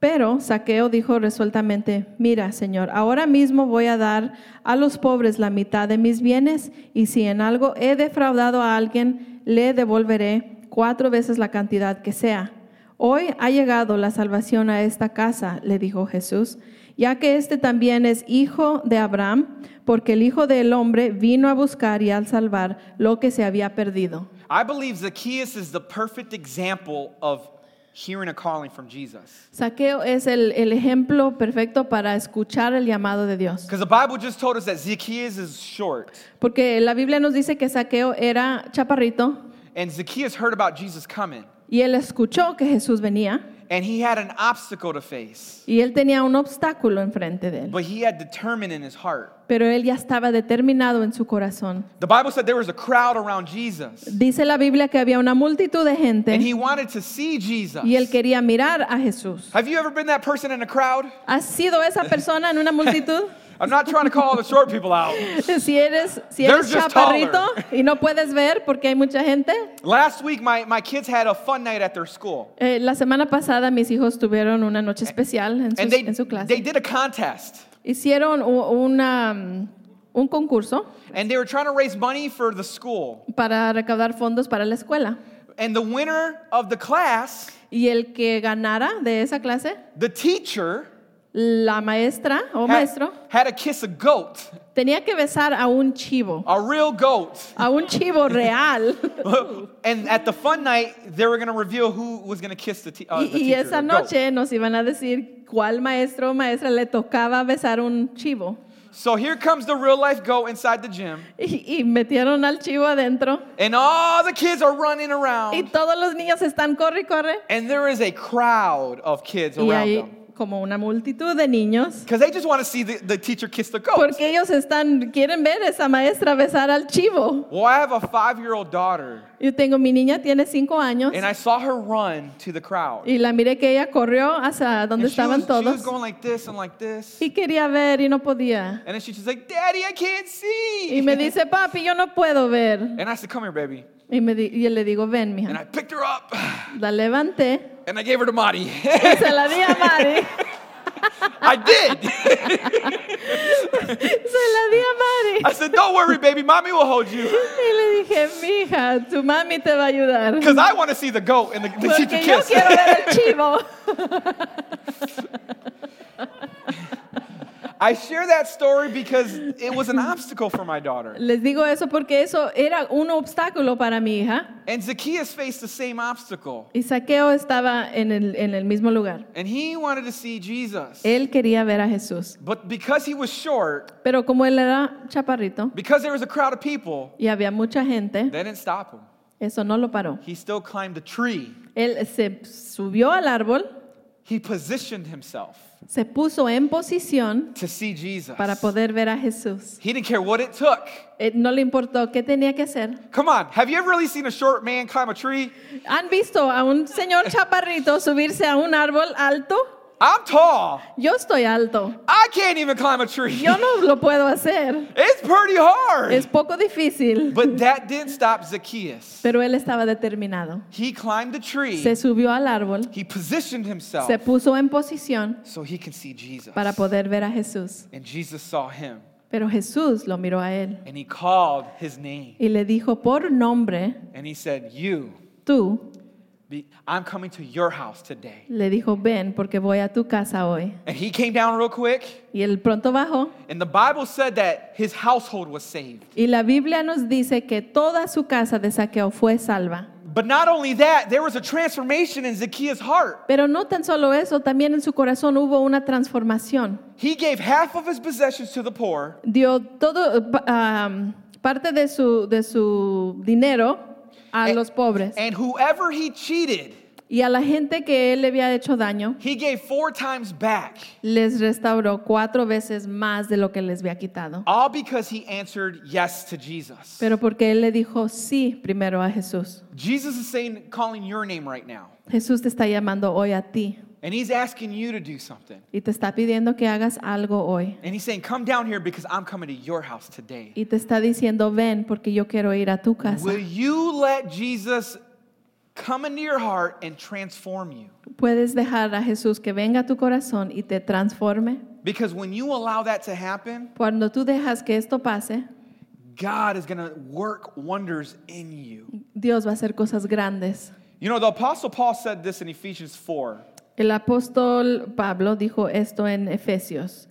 [SPEAKER 2] Pero Saqueo dijo resueltamente, mira, Señor, ahora mismo voy a dar a los pobres la mitad de mis bienes y si en algo he defraudado a alguien, le devolveré cuatro veces la cantidad que sea. Hoy ha llegado la salvación a esta casa, le dijo Jesús, ya que este también es hijo de Abraham, porque el Hijo del Hombre vino a buscar y al salvar lo que se había perdido.
[SPEAKER 1] I believe Zacchaeus is the perfect example of hearing a calling from Jesus.
[SPEAKER 2] Saqueo es el, el ejemplo perfecto para escuchar el llamado de Dios.
[SPEAKER 1] Because the Bible just told us that Zacchaeus is short.
[SPEAKER 2] Porque la Biblia nos dice que Saqueo era chaparrito
[SPEAKER 1] And Zacchaeus heard about Jesus coming.
[SPEAKER 2] y él escuchó que Jesús venía
[SPEAKER 1] And he had an obstacle to face.
[SPEAKER 2] y él tenía un obstáculo enfrente de él.
[SPEAKER 1] But he had determined in his heart.
[SPEAKER 2] Pero él ya estaba determinado en su corazón.
[SPEAKER 1] The Bible said there was a crowd around Jesus.
[SPEAKER 2] Dice la Biblia que había una multitud de
[SPEAKER 1] And
[SPEAKER 2] gente
[SPEAKER 1] he wanted to see Jesus.
[SPEAKER 2] y él quería mirar a Jesús.
[SPEAKER 1] Have you ever been that person in a crowd?
[SPEAKER 2] ¿Has sido esa persona en una multitud?
[SPEAKER 1] I'm not trying to call all the short people out.
[SPEAKER 2] Si eres, si
[SPEAKER 1] They're
[SPEAKER 2] eres
[SPEAKER 1] just
[SPEAKER 2] chaparrito y no puedes ver porque hay mucha gente.
[SPEAKER 1] Last week, my, my kids had a fun night at their school.
[SPEAKER 2] eh, la semana pasada mis hijos tuvieron una noche especial en
[SPEAKER 1] And
[SPEAKER 2] sus-
[SPEAKER 1] they,
[SPEAKER 2] en su
[SPEAKER 1] they
[SPEAKER 2] clase.
[SPEAKER 1] did a contest.
[SPEAKER 2] Hicieron u- una, mm, un concurso
[SPEAKER 1] And they were trying to raise money for the school.
[SPEAKER 2] para recaudar fondos para la escuela.
[SPEAKER 1] And the winner of the class,
[SPEAKER 2] Y el que ganara de esa clase,
[SPEAKER 1] the teacher,
[SPEAKER 2] la maestra o
[SPEAKER 1] had,
[SPEAKER 2] maestro,
[SPEAKER 1] had to kiss a goat,
[SPEAKER 2] tenía que besar a un chivo,
[SPEAKER 1] a real goat.
[SPEAKER 2] a un chivo real.
[SPEAKER 1] and at the fun night, they were going to reveal who was going to kiss the, te- uh,
[SPEAKER 2] Y,
[SPEAKER 1] the
[SPEAKER 2] y
[SPEAKER 1] teacher.
[SPEAKER 2] esa
[SPEAKER 1] the goat.
[SPEAKER 2] noche nos iban a decir cuál maestro o maestra le tocaba besar un chivo.
[SPEAKER 1] So here comes the real life goat inside the gym,
[SPEAKER 2] Y, y metieron al chivo adentro.
[SPEAKER 1] and all the kids are running
[SPEAKER 2] Y
[SPEAKER 1] around,
[SPEAKER 2] todos los niños están corre y corre.
[SPEAKER 1] and there is a crowd of kids
[SPEAKER 2] Y
[SPEAKER 1] around
[SPEAKER 2] hay
[SPEAKER 1] them
[SPEAKER 2] como una multitud de niños.
[SPEAKER 1] because they just want to see the, the teacher kiss the goat.
[SPEAKER 2] Porque ellos están, quieren ver a esa maestra besar al chivo.
[SPEAKER 1] Well, I have a five year old daughter,
[SPEAKER 2] Yo tengo, mi niña tiene cinco años.
[SPEAKER 1] and I saw her run to the crowd.
[SPEAKER 2] Y la miré que ella corrió hacia donde
[SPEAKER 1] And she, was,
[SPEAKER 2] estaban
[SPEAKER 1] she was
[SPEAKER 2] todos.
[SPEAKER 1] going like this and like this.
[SPEAKER 2] Y quería ver y no podía.
[SPEAKER 1] And then she, she's like, Daddy, I can't see.
[SPEAKER 2] Y me dice, papi, yo no puedo ver.
[SPEAKER 1] And I said, Come here, baby.
[SPEAKER 2] Y, me di- y le digo, ven,
[SPEAKER 1] And
[SPEAKER 2] mija.
[SPEAKER 1] I picked her up
[SPEAKER 2] La levanté
[SPEAKER 1] and I gave her to Madi.
[SPEAKER 2] y se la di a Mari.
[SPEAKER 1] I did.
[SPEAKER 2] se la di a
[SPEAKER 1] I
[SPEAKER 2] Mari.
[SPEAKER 1] said, Don't worry, baby. Mommy will hold you.
[SPEAKER 2] Y le dije, mija, tu mami te va a ayudar.
[SPEAKER 1] Because I want to see the goat and the, the teacher
[SPEAKER 2] Porque yo
[SPEAKER 1] kiss.
[SPEAKER 2] quiero ver el chivo.
[SPEAKER 1] I share that story because it was an obstacle for my daughter.
[SPEAKER 2] Les digo eso porque eso era un obstáculo para mi hija.
[SPEAKER 1] And Zacchaeus faced the same obstacle.
[SPEAKER 2] Y Saqueo estaba en el, en el mismo lugar.
[SPEAKER 1] And he wanted to see Jesus.
[SPEAKER 2] Él quería ver a Jesús.
[SPEAKER 1] But because he was short,
[SPEAKER 2] Pero como él era chaparrito
[SPEAKER 1] because there was a crowd of people,
[SPEAKER 2] y había mucha gente,
[SPEAKER 1] they didn't stop him.
[SPEAKER 2] Eso no lo paró.
[SPEAKER 1] He still climbed a tree.
[SPEAKER 2] Él se subió al árbol
[SPEAKER 1] He positioned himself
[SPEAKER 2] se puso en posición
[SPEAKER 1] to see Jesus.
[SPEAKER 2] para poder ver a Jesús.
[SPEAKER 1] He didn't care what it took.
[SPEAKER 2] Eh, No le importó qué tenía que hacer.
[SPEAKER 1] Come on, have you ever really seen a short man climb a tree?
[SPEAKER 2] ¿Han visto a un señor chaparrito subirse a un árbol alto?
[SPEAKER 1] I'm tall.
[SPEAKER 2] Yo estoy alto.
[SPEAKER 1] I can't even climb a tree.
[SPEAKER 2] Yo no lo puedo hacer.
[SPEAKER 1] It's pretty hard.
[SPEAKER 2] Es poco difícil.
[SPEAKER 1] but that didn't stop Zacchaeus.
[SPEAKER 2] Pero él estaba determinado.
[SPEAKER 1] He climbed the tree.
[SPEAKER 2] Se subió al árbol,
[SPEAKER 1] he positioned himself
[SPEAKER 2] se puso en posición
[SPEAKER 1] so he can see Jesus.
[SPEAKER 2] para poder ver a Jesús.
[SPEAKER 1] and Jesus saw him
[SPEAKER 2] Pero Jesús lo miró a él
[SPEAKER 1] and he called his name
[SPEAKER 2] y le dijo por nombre,
[SPEAKER 1] and he said, "You,
[SPEAKER 2] tú,
[SPEAKER 1] be, I'm coming to your house today."
[SPEAKER 2] le dijo, ven porque voy a tu casa hoy.
[SPEAKER 1] And he came down real quick,
[SPEAKER 2] Y él pronto bajó
[SPEAKER 1] and the Bible said that his household was saved.
[SPEAKER 2] y la Biblia nos dice que toda su casa de saqueo fue salva.
[SPEAKER 1] But not only that, there was a transformation in Zacchaeus' heart.
[SPEAKER 2] Pero no tan solo eso, también en su corazón hubo una transformación.
[SPEAKER 1] He gave half of his possessions to the poor,
[SPEAKER 2] Dio todo, eh, pa- am, parte de su, de su dinero a
[SPEAKER 1] Eh,
[SPEAKER 2] los pobres
[SPEAKER 1] and whoever he cheated,
[SPEAKER 2] y a la gente que él le había hecho daño.
[SPEAKER 1] he gave four times back,
[SPEAKER 2] les restauró cuatro veces más de lo que les había quitado.
[SPEAKER 1] all because he answered yes to Jesus.
[SPEAKER 2] Pero porque él le dijo sí primero a Jesús.
[SPEAKER 1] Jesus is saying, calling your name right now,
[SPEAKER 2] Jesús te está llamando hoy a ti
[SPEAKER 1] and he's asking you to do something.
[SPEAKER 2] y te está pidiendo que hagas algo hoy.
[SPEAKER 1] And he's saying, Come down here because I'm coming to your house today.
[SPEAKER 2] Y te está diciendo, ven porque yo quiero ir a tu casa.
[SPEAKER 1] Will you let Jesus come into your heart and transform you?
[SPEAKER 2] ¿Puedes dejar a Jesús que venga a tu corazón y te transforme?
[SPEAKER 1] Because when you allow that to happen,
[SPEAKER 2] Cuando tú dejas que esto pase,
[SPEAKER 1] God is going to work wonders in you.
[SPEAKER 2] Dios va a hacer cosas grandes.
[SPEAKER 1] You know, the Apostle Paul said this in Ephesians 4.
[SPEAKER 2] El apóstol Pablo dijo esto en Efesios.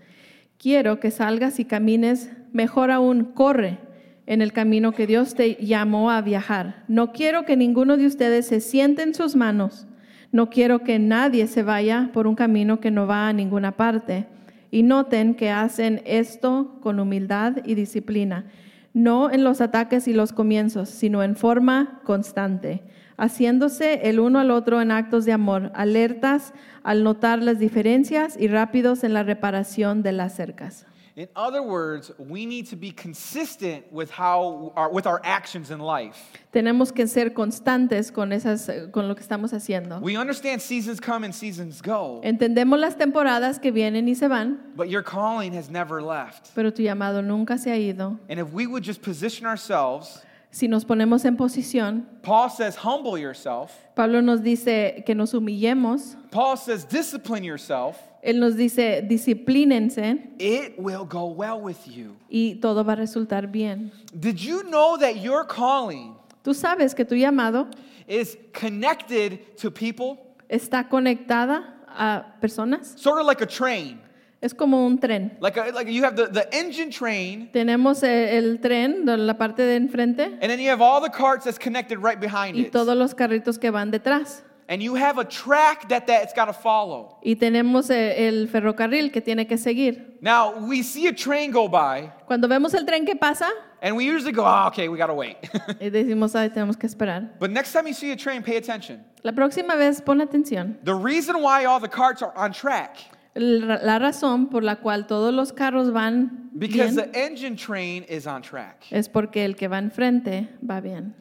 [SPEAKER 2] Quiero que salgas y camines, mejor aún, corre en el camino que Dios te llamó a viajar. No quiero que ninguno de ustedes se siente en sus manos. No quiero que nadie se vaya por un camino que no va a ninguna parte. Y noten que hacen esto con humildad y disciplina, no en los ataques y los comienzos, sino en forma constante, haciéndose el uno al otro en actos de amor, alertas al notar las diferencias y rápidos en la reparación de las cercas.
[SPEAKER 1] In other words, we need to be consistent with how our, with our actions in life.
[SPEAKER 2] Tenemos que ser constantes con, esas, eh, con lo que estamos haciendo.
[SPEAKER 1] We understand seasons come and seasons go,
[SPEAKER 2] Entendemos las temporadas que vienen y se van,
[SPEAKER 1] but your calling has never left.
[SPEAKER 2] pero tu llamado nunca se ha ido.
[SPEAKER 1] And if we would just position ourselves,
[SPEAKER 2] Si nos ponemos en posición,
[SPEAKER 1] Paul says, humble yourself.
[SPEAKER 2] Pablo nos dice que nos humillemos.
[SPEAKER 1] Paul says, discipline yourself.
[SPEAKER 2] Él nos dice, disciplínense
[SPEAKER 1] It will go well with you.
[SPEAKER 2] y todo va a resultar bien.
[SPEAKER 1] Did you know that your calling
[SPEAKER 2] Tú sabes que tu llamado
[SPEAKER 1] is connected to people,
[SPEAKER 2] está conectada a personas.
[SPEAKER 1] sort of like a train?
[SPEAKER 2] Es como un tren.
[SPEAKER 1] Like, a, like you have the, the engine train,
[SPEAKER 2] Tenemos eh, el tren de la parte de enfrente
[SPEAKER 1] and then you have all the carts that's connected right behind
[SPEAKER 2] y
[SPEAKER 1] it.
[SPEAKER 2] todos los carritos que van detrás.
[SPEAKER 1] And you have a track that, that it's got to follow.
[SPEAKER 2] Y tenemos eh, el ferrocarril que tiene que seguir.
[SPEAKER 1] Now, we see a train go by,
[SPEAKER 2] Cuando vemos el tren que pasa,
[SPEAKER 1] and we usually go, oh, okay, we got to wait.
[SPEAKER 2] eh, decimos, ay, tenemos que esperar.
[SPEAKER 1] but next time you see a train, pay attention.
[SPEAKER 2] La próxima vez pon atención.
[SPEAKER 1] The reason why all the carts are on track
[SPEAKER 2] La la razón por la cual todos los carros van
[SPEAKER 1] Because
[SPEAKER 2] bien
[SPEAKER 1] the engine train is on track.
[SPEAKER 2] es porque el que va enfrente va bien.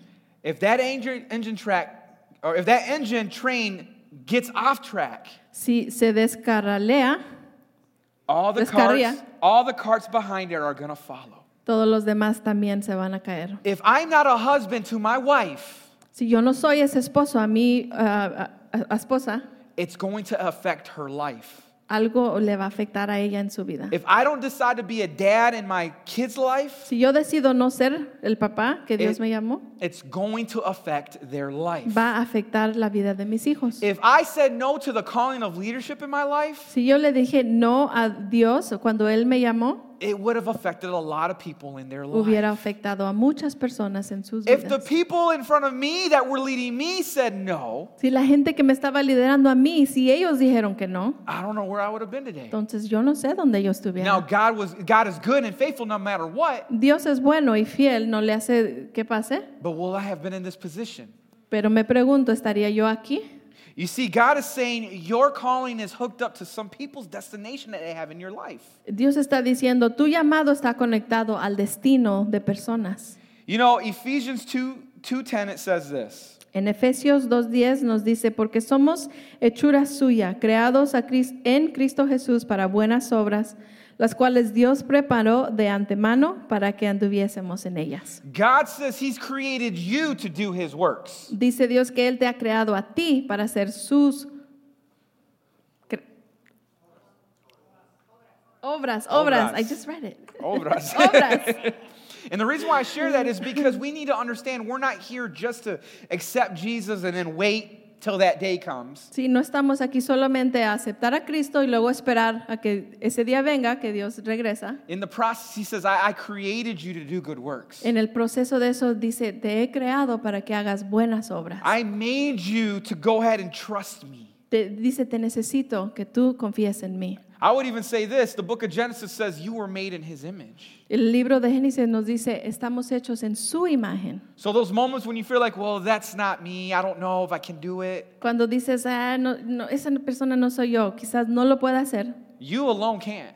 [SPEAKER 1] If that engine, engine track, or if that engine train gets off track,
[SPEAKER 2] Si se descarralea,
[SPEAKER 1] all the
[SPEAKER 2] Descarría.
[SPEAKER 1] carts, all the carts behind it are gonna follow.
[SPEAKER 2] todos los demás también se van a caer.
[SPEAKER 1] If I'm not a husband to my wife,
[SPEAKER 2] Si yo no soy ese esposo, a mi ah, ah, ah, esposa,
[SPEAKER 1] it's going to affect her life.
[SPEAKER 2] algo le va a afectar a ella en su vida.
[SPEAKER 1] If I don't decide to be a dad in my kids' life,
[SPEAKER 2] Si yo decido no ser el papá que Dios
[SPEAKER 1] It-
[SPEAKER 2] me llamó,
[SPEAKER 1] it's going to affect their life.
[SPEAKER 2] va a afectar la vida de mis hijos.
[SPEAKER 1] If I said no to the calling of leadership in my life,
[SPEAKER 2] Si yo le dije no a Dios cuando Él me llamó,
[SPEAKER 1] it would have affected a lot of people in their life.
[SPEAKER 2] hubiera afectado a muchas personas en sus
[SPEAKER 1] If the
[SPEAKER 2] vidas.
[SPEAKER 1] people in front of me that were leading me said no,
[SPEAKER 2] Si la gente que me estaba liderando a mí, si ellos dijeron que no,
[SPEAKER 1] I don't know where I would have been today.
[SPEAKER 2] entonces yo no sé dónde yo estuviera.
[SPEAKER 1] Now God was God is good and faithful no matter what,
[SPEAKER 2] Dios es bueno y fiel, no le hace que pase,
[SPEAKER 1] but will I have been in this position?
[SPEAKER 2] pero me pregunto, ¿estaría yo aquí?
[SPEAKER 1] You see, God is saying your calling is hooked up to some people's destination that they have in your life.
[SPEAKER 2] Dios está diciendo, tu llamado está conectado al destino de personas.
[SPEAKER 1] You know, Ephesians 2 2:10 it says this.
[SPEAKER 2] En Efesios 2.10 nos dice, porque somos hechura suya, creados a Cris- en Cristo Jesús para buenas obras, las cuales Dios preparó de antemano para que anduviésemos en ellas.
[SPEAKER 1] God says he's created you to do his works.
[SPEAKER 2] Dice Dios que Él te ha creado a ti para hacer sus cre- obras, obras.
[SPEAKER 1] Obras.
[SPEAKER 2] I just read it.
[SPEAKER 1] Obras.
[SPEAKER 2] Obras.
[SPEAKER 1] And the reason why I share that is because we need to understand we're not here just to accept Jesus and then wait till that day comes.
[SPEAKER 2] Sí, no estamos aquí solamente a aceptar a Cristo y luego esperar a que ese día venga, que Dios regresa.
[SPEAKER 1] In the process, he says, I, I created you to do good works.
[SPEAKER 2] En el proceso de eso dice, te he creado para que hagas buenas obras.
[SPEAKER 1] I made you to go ahead and trust me.
[SPEAKER 2] Te- dice, te necesito que tú confíes en mí.
[SPEAKER 1] I would even say this the book of Genesis says, You were made in his image.
[SPEAKER 2] El libro de Génesis nos dice, estamos hechos en su imagen.
[SPEAKER 1] So, those moments when you feel like, Well, that's not me, I don't know if I can do it,
[SPEAKER 2] Cuando dices, ah, no, no, esa persona no soy yo, quizás no lo pueda hacer.
[SPEAKER 1] you alone can't.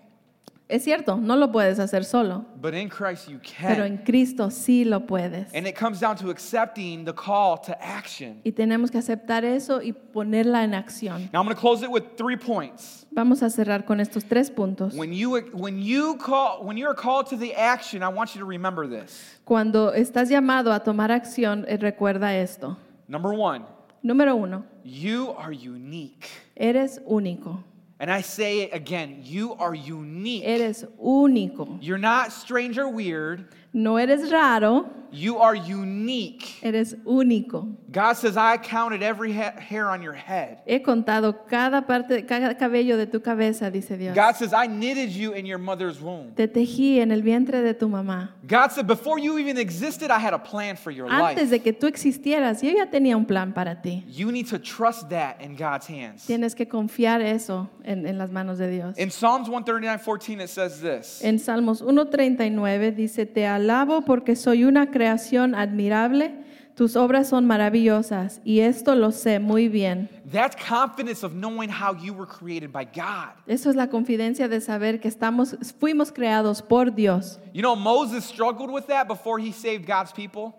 [SPEAKER 2] Es cierto, no lo puedes hacer solo,
[SPEAKER 1] But in Christ, you
[SPEAKER 2] pero en
[SPEAKER 1] can.
[SPEAKER 2] Cristo sí lo puedes.
[SPEAKER 1] And it comes down to accepting the call to action.
[SPEAKER 2] Y tenemos que aceptar eso y ponerla en acción.
[SPEAKER 1] Now, I'm going to close it with three points.
[SPEAKER 2] Vamos a cerrar con estos tres puntos.
[SPEAKER 1] When you when you call when you're called to the action, I want you to remember this.
[SPEAKER 2] Cuando estás llamado a tomar acción, eh, recuerda esto.
[SPEAKER 1] Number 1,
[SPEAKER 2] Número uno,
[SPEAKER 1] you are unique.
[SPEAKER 2] Eres único.
[SPEAKER 1] And I say it again, you are unique.
[SPEAKER 2] Eres único.
[SPEAKER 1] You're not strange or weird.
[SPEAKER 2] No eres raro,
[SPEAKER 1] You are unique.
[SPEAKER 2] eres único.
[SPEAKER 1] God says, "I counted every ha- hair on your head."
[SPEAKER 2] He contado cada parte, cada cabello de tu cabeza, dice Dios.
[SPEAKER 1] God says, "I knitted you in your mother's womb."
[SPEAKER 2] Te tejí en el vientre de tu mamá.
[SPEAKER 1] God said, "Before you even existed, I had a plan for your life."
[SPEAKER 2] Antes de que tú existieras, yo ya tenía un plan para ti.
[SPEAKER 1] You need to trust that in God's hands.
[SPEAKER 2] Tienes que confiar eso en, en las manos de Dios.
[SPEAKER 1] In Psalms 139:14 it says this.
[SPEAKER 2] En Salmos 1.39 dice, Te alabo porque soy una creación admirable, tus obras son maravillosas y esto lo sé muy bien.
[SPEAKER 1] That's confidence of knowing how you were created by God.
[SPEAKER 2] Eso es la confidencia de saber que estamos, fuimos creados por Dios.
[SPEAKER 1] You know, Moses struggled with that before he saved God's people.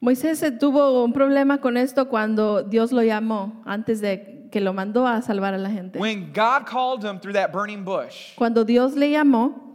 [SPEAKER 2] Moisés se tuvo un problema con esto cuando Dios lo llamó, antes de que lo mandó a salvar a la gente.
[SPEAKER 1] When God called him through that burning bush,
[SPEAKER 2] Cuando Dios le llamó,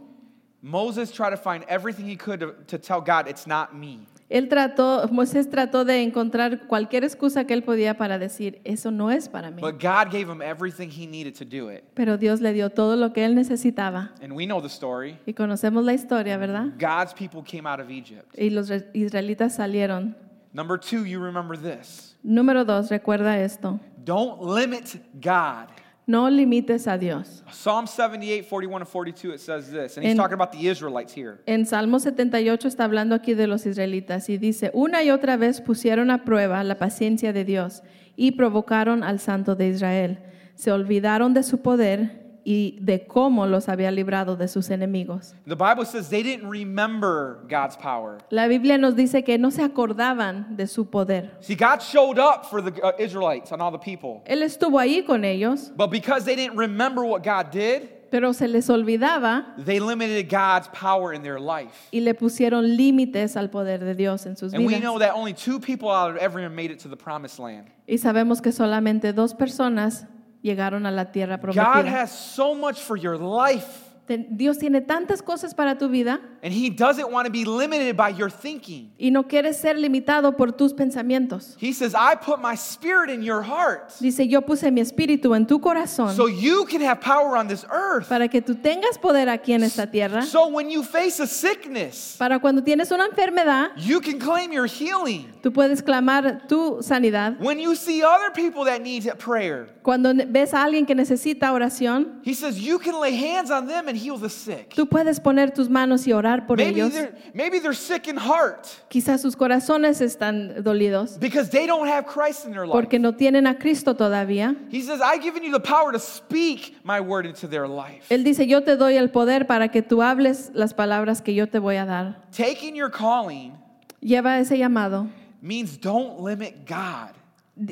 [SPEAKER 1] Moses tried to find everything he could to, to tell God, it's not me.
[SPEAKER 2] él trató, Moisés trató de encontrar cualquier excusa que él podía para decir, eso no es para mí.
[SPEAKER 1] But God gave him everything he needed to do it.
[SPEAKER 2] Pero Dios le dio todo lo que él necesitaba.
[SPEAKER 1] And we know the story.
[SPEAKER 2] Y conocemos la historia, ¿verdad?
[SPEAKER 1] God's people came out of Egypt.
[SPEAKER 2] Y los re- israelitas salieron.
[SPEAKER 1] Number two, you remember this
[SPEAKER 2] Número dos, recuerda esto.
[SPEAKER 1] don't limit God.
[SPEAKER 2] No limites a Dios.
[SPEAKER 1] Psalm 78, 41 and 42, it says this. And he's
[SPEAKER 2] In-
[SPEAKER 1] talking about the Israelites here.
[SPEAKER 2] En Salmo 78 está hablando aquí de los israelitas y dice, una y otra vez pusieron a prueba la paciencia de Dios y provocaron al Santo de Israel. Se olvidaron de su poder y de cómo los había librado de sus enemigos.
[SPEAKER 1] The Bible says they didn't remember God's power.
[SPEAKER 2] La Biblia nos dice que no se acordaban de su poder.
[SPEAKER 1] See, God showed up for the uh, Israelites and all the people.
[SPEAKER 2] Él estuvo ahí con ellos,
[SPEAKER 1] But because they didn't remember what God did,
[SPEAKER 2] pero se les olvidaba
[SPEAKER 1] they limited God's power in their life.
[SPEAKER 2] y le pusieron límites al poder de Dios en sus
[SPEAKER 1] And we
[SPEAKER 2] vidas.
[SPEAKER 1] know that only two people out of everyone made it to the promised land.
[SPEAKER 2] Y sabemos que solamente dos personas llegaron a la tierra
[SPEAKER 1] God
[SPEAKER 2] prometida.
[SPEAKER 1] has so much for your life,
[SPEAKER 2] Ten- Dios tiene tantas cosas para tu vida
[SPEAKER 1] and He doesn't want to be limited by your thinking.
[SPEAKER 2] y no quieres ser limitado por tus pensamientos.
[SPEAKER 1] He says, I put my spirit in your heart
[SPEAKER 2] Dice, yo puse mi espíritu en tu corazón
[SPEAKER 1] so you can have power on this earth.
[SPEAKER 2] para que tú tengas poder aquí en esta tierra.
[SPEAKER 1] So when you face a sickness,
[SPEAKER 2] Para cuando tienes una enfermedad,
[SPEAKER 1] you can claim your healing.
[SPEAKER 2] tú puedes clamar tu sanidad.
[SPEAKER 1] When you see other people that need prayer,
[SPEAKER 2] Cuando ne- ves a alguien que necesita oración,
[SPEAKER 1] He says you can lay hands on them and heal the sick.
[SPEAKER 2] tú puedes poner tus manos y orar por
[SPEAKER 1] Maybe
[SPEAKER 2] ellos.
[SPEAKER 1] they're, maybe they're sick in heart
[SPEAKER 2] Quizás sus corazones están dolidos.
[SPEAKER 1] because they don't have Christ in their life.
[SPEAKER 2] porque no tienen a Cristo todavía.
[SPEAKER 1] He says, I've given you the power to speak my word into their life.
[SPEAKER 2] Él dice, yo te doy el poder para que tú hables las palabras que yo te voy a dar.
[SPEAKER 1] Taking your calling
[SPEAKER 2] Lleva ese llamado.
[SPEAKER 1] means don't limit God.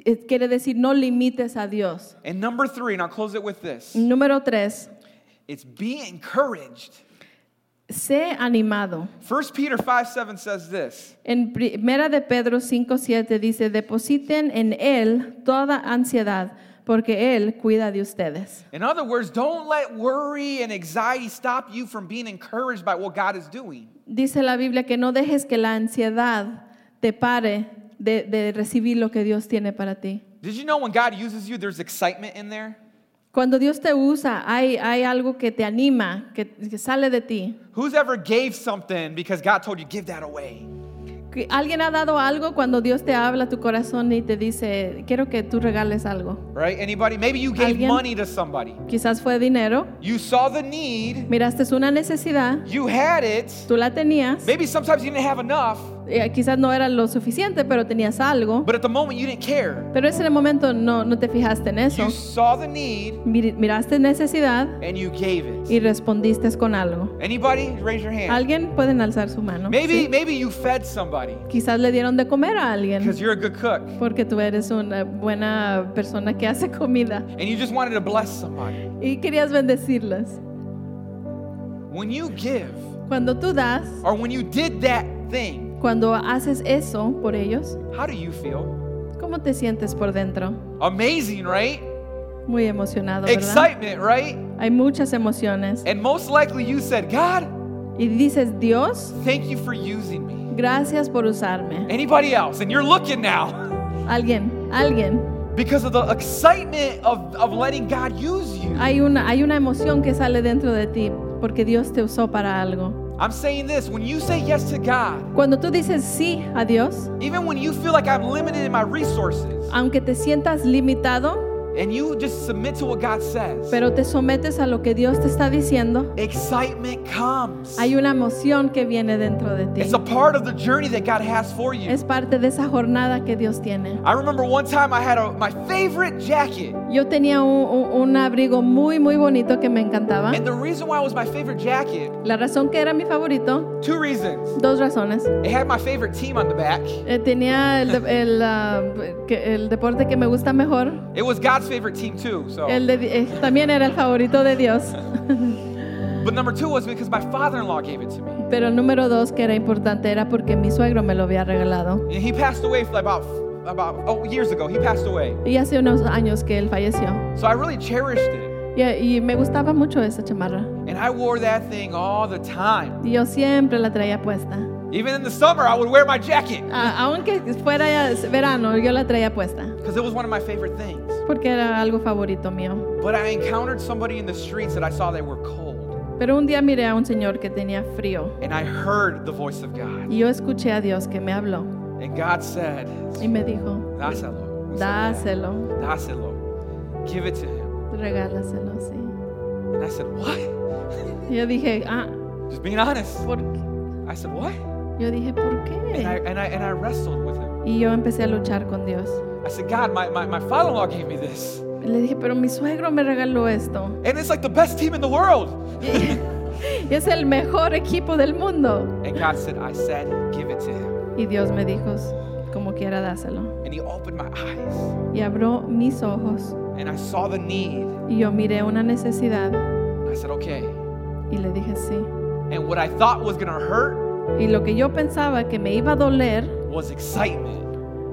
[SPEAKER 2] eh, quiere decir no limites a Dios.
[SPEAKER 1] And number three, and I'll close it with this
[SPEAKER 2] Número tres,
[SPEAKER 1] it's be encouraged.
[SPEAKER 2] sé animado.
[SPEAKER 1] 1 Peter 5 7 says this
[SPEAKER 2] En primera de Pedro 5:7 dice, "Depositen en él toda ansiedad, porque él cuida de ustedes."
[SPEAKER 1] In other words, don't let worry and anxiety stop you from being encouraged by what God is doing.
[SPEAKER 2] Dice la Biblia que no dejes que la ansiedad te pare de, de recibir lo que Dios tiene para ti.
[SPEAKER 1] Did you know when God uses you, there's excitement in there?
[SPEAKER 2] Cuando Dios te usa, hay, hay algo que te anima, que, que sale de ti.
[SPEAKER 1] Who's ever gave something because God told you, give that away?
[SPEAKER 2] Que Alguien ha dado algo cuando Dios te habla a tu corazón y te dice, quiero que tú regales algo.
[SPEAKER 1] Right? Anybody? Maybe you gave
[SPEAKER 2] Alguien-
[SPEAKER 1] money to somebody.
[SPEAKER 2] Quizás fue dinero,
[SPEAKER 1] You saw the need,
[SPEAKER 2] miraste una necesidad,
[SPEAKER 1] you had it.
[SPEAKER 2] tú la tenías.
[SPEAKER 1] Maybe sometimes you didn't have enough,
[SPEAKER 2] Eh, quizás no era lo suficiente, pero tenías algo.
[SPEAKER 1] but at the moment you didn't care.
[SPEAKER 2] Pero ese en el momento no, no te fijaste en eso.
[SPEAKER 1] You saw the need
[SPEAKER 2] Mir- Miraste necesidad
[SPEAKER 1] and you gave it.
[SPEAKER 2] y respondiste con algo.
[SPEAKER 1] Anybody? Raise your hand.
[SPEAKER 2] Alguien pueden alzar su mano.
[SPEAKER 1] Maybe,
[SPEAKER 2] Sí.
[SPEAKER 1] maybe you fed somebody
[SPEAKER 2] Quizás le dieron de comer a alguien
[SPEAKER 1] because you're a good cook.
[SPEAKER 2] porque tú eres una buena persona que hace comida
[SPEAKER 1] and you just wanted to bless somebody.
[SPEAKER 2] y querías bendecirlas.
[SPEAKER 1] When you give,
[SPEAKER 2] Cuando tú das,
[SPEAKER 1] or when you did that thing,
[SPEAKER 2] cuando haces eso por ellos,
[SPEAKER 1] how do you feel?
[SPEAKER 2] ¿cómo te sientes por dentro?
[SPEAKER 1] Amazing, right?
[SPEAKER 2] Muy emocionado, ¿verdad?
[SPEAKER 1] Excitement, right?
[SPEAKER 2] Hay muchas emociones.
[SPEAKER 1] And most likely you said, God,
[SPEAKER 2] Y dices, Dios,
[SPEAKER 1] thank you for using me.
[SPEAKER 2] gracias por usarme.
[SPEAKER 1] Anybody else? And you're looking now
[SPEAKER 2] Alguien, alguien.
[SPEAKER 1] because of the excitement of, of letting God use you.
[SPEAKER 2] Hay una, hay una emoción que sale dentro de ti porque Dios te usó para algo.
[SPEAKER 1] I'm saying this when you say yes to God,
[SPEAKER 2] Cuando tú dices sí a Dios,
[SPEAKER 1] even when you feel like I'm limited in my resources,
[SPEAKER 2] aunque te sientas limitado,
[SPEAKER 1] and you just submit to what God says,
[SPEAKER 2] pero te sometes a lo que Dios te está diciendo,
[SPEAKER 1] excitement comes.
[SPEAKER 2] hay una emoción que viene dentro de ti.
[SPEAKER 1] It's a part of the journey that God has for you.
[SPEAKER 2] Es parte de esa jornada que Dios tiene.
[SPEAKER 1] I remember one time I had a, my favorite jacket.
[SPEAKER 2] Yo tenía un, un- un abrigo muy, muy bonito que me encantaba.
[SPEAKER 1] And the reason why it was my favorite jacket,
[SPEAKER 2] La razón que era mi favorito,
[SPEAKER 1] two reasons.
[SPEAKER 2] dos razones.
[SPEAKER 1] It had my favorite team on the back.
[SPEAKER 2] Eh, tenía el, de- el, ah, que- el deporte que me gusta mejor.
[SPEAKER 1] It was God's favorite team too. So,
[SPEAKER 2] El de, eh, también era el favorito de Dios.
[SPEAKER 1] but number two was because my father-in-law gave it to me.
[SPEAKER 2] Pero el número dos que era importante era porque mi suegro me lo había regalado.
[SPEAKER 1] And he passed away for about about oh years ago. He passed away.
[SPEAKER 2] Y hace unos años que él falleció.
[SPEAKER 1] So I really cherished it.
[SPEAKER 2] Y, y me gustaba mucho esa chamarra.
[SPEAKER 1] And I wore that thing all the time.
[SPEAKER 2] Y yo siempre la traía puesta.
[SPEAKER 1] Even in the summer, I would wear my jacket
[SPEAKER 2] A- aunque fuera ya verano, yo la traía puesta.
[SPEAKER 1] because it was one of my favorite things.
[SPEAKER 2] Porque era algo favorito mío.
[SPEAKER 1] But I encountered somebody in the streets that I saw they were cold,
[SPEAKER 2] Pero un día miré a un señor que tenía frío.
[SPEAKER 1] and I heard the voice of God.
[SPEAKER 2] Y yo escuché a Dios que me habló.
[SPEAKER 1] And God said,
[SPEAKER 2] Y me dijo,
[SPEAKER 1] Dáselo. We said that.
[SPEAKER 2] dáselo,
[SPEAKER 1] Dáselo. Give it to him.
[SPEAKER 2] regálaselo, sí.
[SPEAKER 1] And I said, What?
[SPEAKER 2] Y yo dije, ah,
[SPEAKER 1] Just being honest.
[SPEAKER 2] ¿por qué?
[SPEAKER 1] I said, What?
[SPEAKER 2] Yo dije, ¿por
[SPEAKER 1] And I,
[SPEAKER 2] qué?
[SPEAKER 1] and I, and I wrestled with him.
[SPEAKER 2] Y yo empecé a luchar con Dios.
[SPEAKER 1] I said, God, my, my, my father in law gave me this.
[SPEAKER 2] Le dije, pero mi suegro me regaló esto.
[SPEAKER 1] And it's like the best team in the world.
[SPEAKER 2] Y es el mejor equipo del mundo.
[SPEAKER 1] And God said, I said, Give it to him.
[SPEAKER 2] Y Dios me dijo, como quiera, dáselo.
[SPEAKER 1] And he opened my eyes.
[SPEAKER 2] Y abrió mis ojos.
[SPEAKER 1] And I saw the need.
[SPEAKER 2] Y yo miré una necesidad
[SPEAKER 1] And I said, Okay.
[SPEAKER 2] y le dije sí.
[SPEAKER 1] And what I thought was going to hurt
[SPEAKER 2] Y lo que yo pensaba que me iba a doler
[SPEAKER 1] was excitement.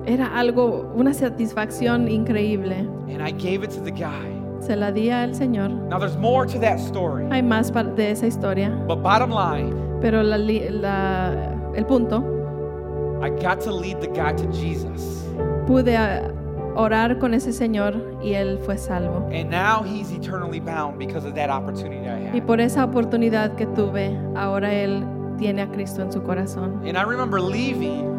[SPEAKER 2] era algo, una satisfacción increíble.
[SPEAKER 1] And I gave it to the guy.
[SPEAKER 2] Se la di al Señor.
[SPEAKER 1] Now, there's more to that story.
[SPEAKER 2] Hay más par- de esa historia,
[SPEAKER 1] But bottom line,
[SPEAKER 2] pero la li- la- el punto,
[SPEAKER 1] I got to lead the guy to Jesus.
[SPEAKER 2] pude ah, orar con ese Señor y él fue salvo.
[SPEAKER 1] And now he's eternally bound because of that opportunity I
[SPEAKER 2] Y
[SPEAKER 1] had.
[SPEAKER 2] por esa oportunidad que tuve, ahora él tiene a Cristo en su corazón.
[SPEAKER 1] And I remember leaving,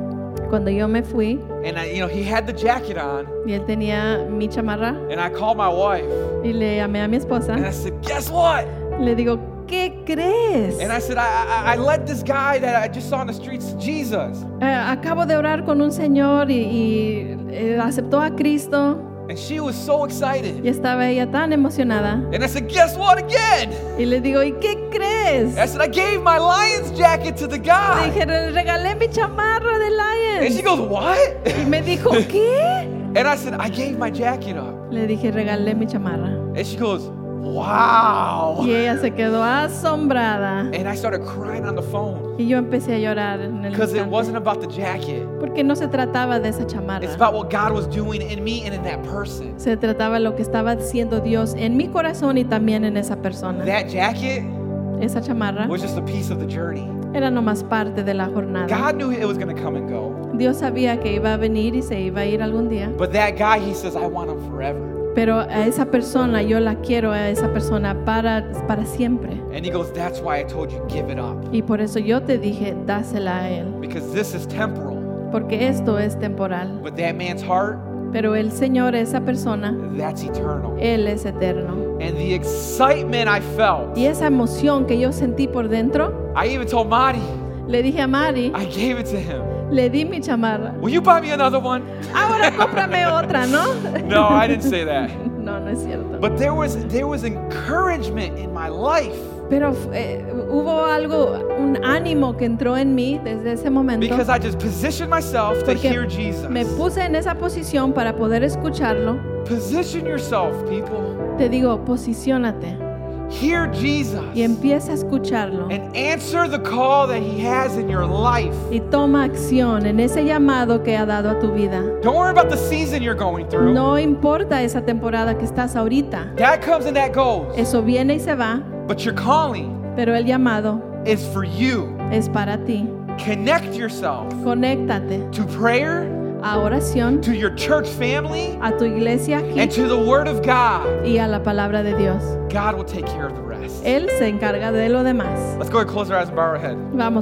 [SPEAKER 2] Cuando yo me fui
[SPEAKER 1] and I, you know, he had the jacket on,
[SPEAKER 2] y él tenía mi chamarra
[SPEAKER 1] and I called my wife,
[SPEAKER 2] y le llamé a
[SPEAKER 1] and
[SPEAKER 2] mi
[SPEAKER 1] I
[SPEAKER 2] esposa,
[SPEAKER 1] said, "Guess what?"
[SPEAKER 2] le digo, ¿qué crees?
[SPEAKER 1] And I said, "I, I, I led this guy that I just saw on the streets to Jesus."
[SPEAKER 2] Eh, acabo de orar con un señor y, y, eh, aceptó a Cristo
[SPEAKER 1] And she was so
[SPEAKER 2] y
[SPEAKER 1] excited.
[SPEAKER 2] estaba ella tan emocionada.
[SPEAKER 1] And I said, "Guess what again?"
[SPEAKER 2] Y le digo, ¿y qué crees?
[SPEAKER 1] I said, "I gave my Lions jacket to the
[SPEAKER 2] Le
[SPEAKER 1] guy."
[SPEAKER 2] dije, "Le regalé mi chamarra de
[SPEAKER 1] And she
[SPEAKER 2] Lions.
[SPEAKER 1] goes, "What?"
[SPEAKER 2] Y me dijo, ¿qué?
[SPEAKER 1] And I said, I gave my jacket up.
[SPEAKER 2] Le dije, regalé mi chamarra.
[SPEAKER 1] And she goes, Wow.
[SPEAKER 2] Y ella se quedó asombrada.
[SPEAKER 1] And I started crying on the phone
[SPEAKER 2] Y yo empecé a llorar en el
[SPEAKER 1] because it
[SPEAKER 2] instante.
[SPEAKER 1] wasn't about the jacket.
[SPEAKER 2] Porque no se trataba de esa chamarra.
[SPEAKER 1] It's about what God was doing in me and in that person.
[SPEAKER 2] Se trataba de lo que estaba haciendo Dios en mi corazón y también en esa persona.
[SPEAKER 1] That jacket
[SPEAKER 2] esa chamarra
[SPEAKER 1] was just a piece of the journey.
[SPEAKER 2] era nomás parte de la jornada.
[SPEAKER 1] God knew it was going to come and go.
[SPEAKER 2] Dios sabía que iba a venir y se iba a ir algún día.
[SPEAKER 1] But that guy, he says, I want him forever.
[SPEAKER 2] Pero a esa persona, yo la quiero a esa persona para, para siempre.
[SPEAKER 1] And he goes, That's why I told you, give it up.
[SPEAKER 2] Y por eso yo te dije, dásela a él.
[SPEAKER 1] Because this is temporal.
[SPEAKER 2] Porque esto es temporal.
[SPEAKER 1] But that man's heart,
[SPEAKER 2] Pero el Señor, esa persona,
[SPEAKER 1] that's eternal.
[SPEAKER 2] Él es eterno.
[SPEAKER 1] And the excitement I felt,
[SPEAKER 2] Y esa emoción que yo sentí por dentro,
[SPEAKER 1] I even told Marty,
[SPEAKER 2] le dije a Mari,
[SPEAKER 1] I gave it to him.
[SPEAKER 2] le di mi chamarra.
[SPEAKER 1] Will you buy me another one?
[SPEAKER 2] Ahora cómprame otra, ¿no?
[SPEAKER 1] No, I didn't say that.
[SPEAKER 2] No, no es cierto.
[SPEAKER 1] But there was there was encouragement in my life
[SPEAKER 2] Pero eh, hubo algo, un ánimo que entró en mí desde ese momento.
[SPEAKER 1] because I just positioned myself to
[SPEAKER 2] Porque
[SPEAKER 1] hear Jesus.
[SPEAKER 2] me puse en esa posición para poder escucharlo.
[SPEAKER 1] Position yourself, people.
[SPEAKER 2] Te digo, posiciónate
[SPEAKER 1] Hear Jesus.
[SPEAKER 2] y empieza a escucharlo.
[SPEAKER 1] And answer the call that he has in your life.
[SPEAKER 2] Y toma acción en ese llamado que ha dado a tu vida.
[SPEAKER 1] Don't worry about the season you're going through.
[SPEAKER 2] No importa esa temporada que estás ahorita.
[SPEAKER 1] That comes and that goes.
[SPEAKER 2] Eso viene y se va,
[SPEAKER 1] But your calling
[SPEAKER 2] pero el llamado
[SPEAKER 1] is for you.
[SPEAKER 2] es para ti.
[SPEAKER 1] Connect yourself
[SPEAKER 2] Conéctate
[SPEAKER 1] to prayer,
[SPEAKER 2] a oración,
[SPEAKER 1] to your church family,
[SPEAKER 2] a tu iglesia
[SPEAKER 1] and
[SPEAKER 2] aquí
[SPEAKER 1] to the Word of God.
[SPEAKER 2] y a la palabra de Dios.
[SPEAKER 1] God will take care of the rest.
[SPEAKER 2] Eh. Él se encarga de lo demás.
[SPEAKER 1] Let's go ahead and close our eyes and bow our head.
[SPEAKER 2] Vamos.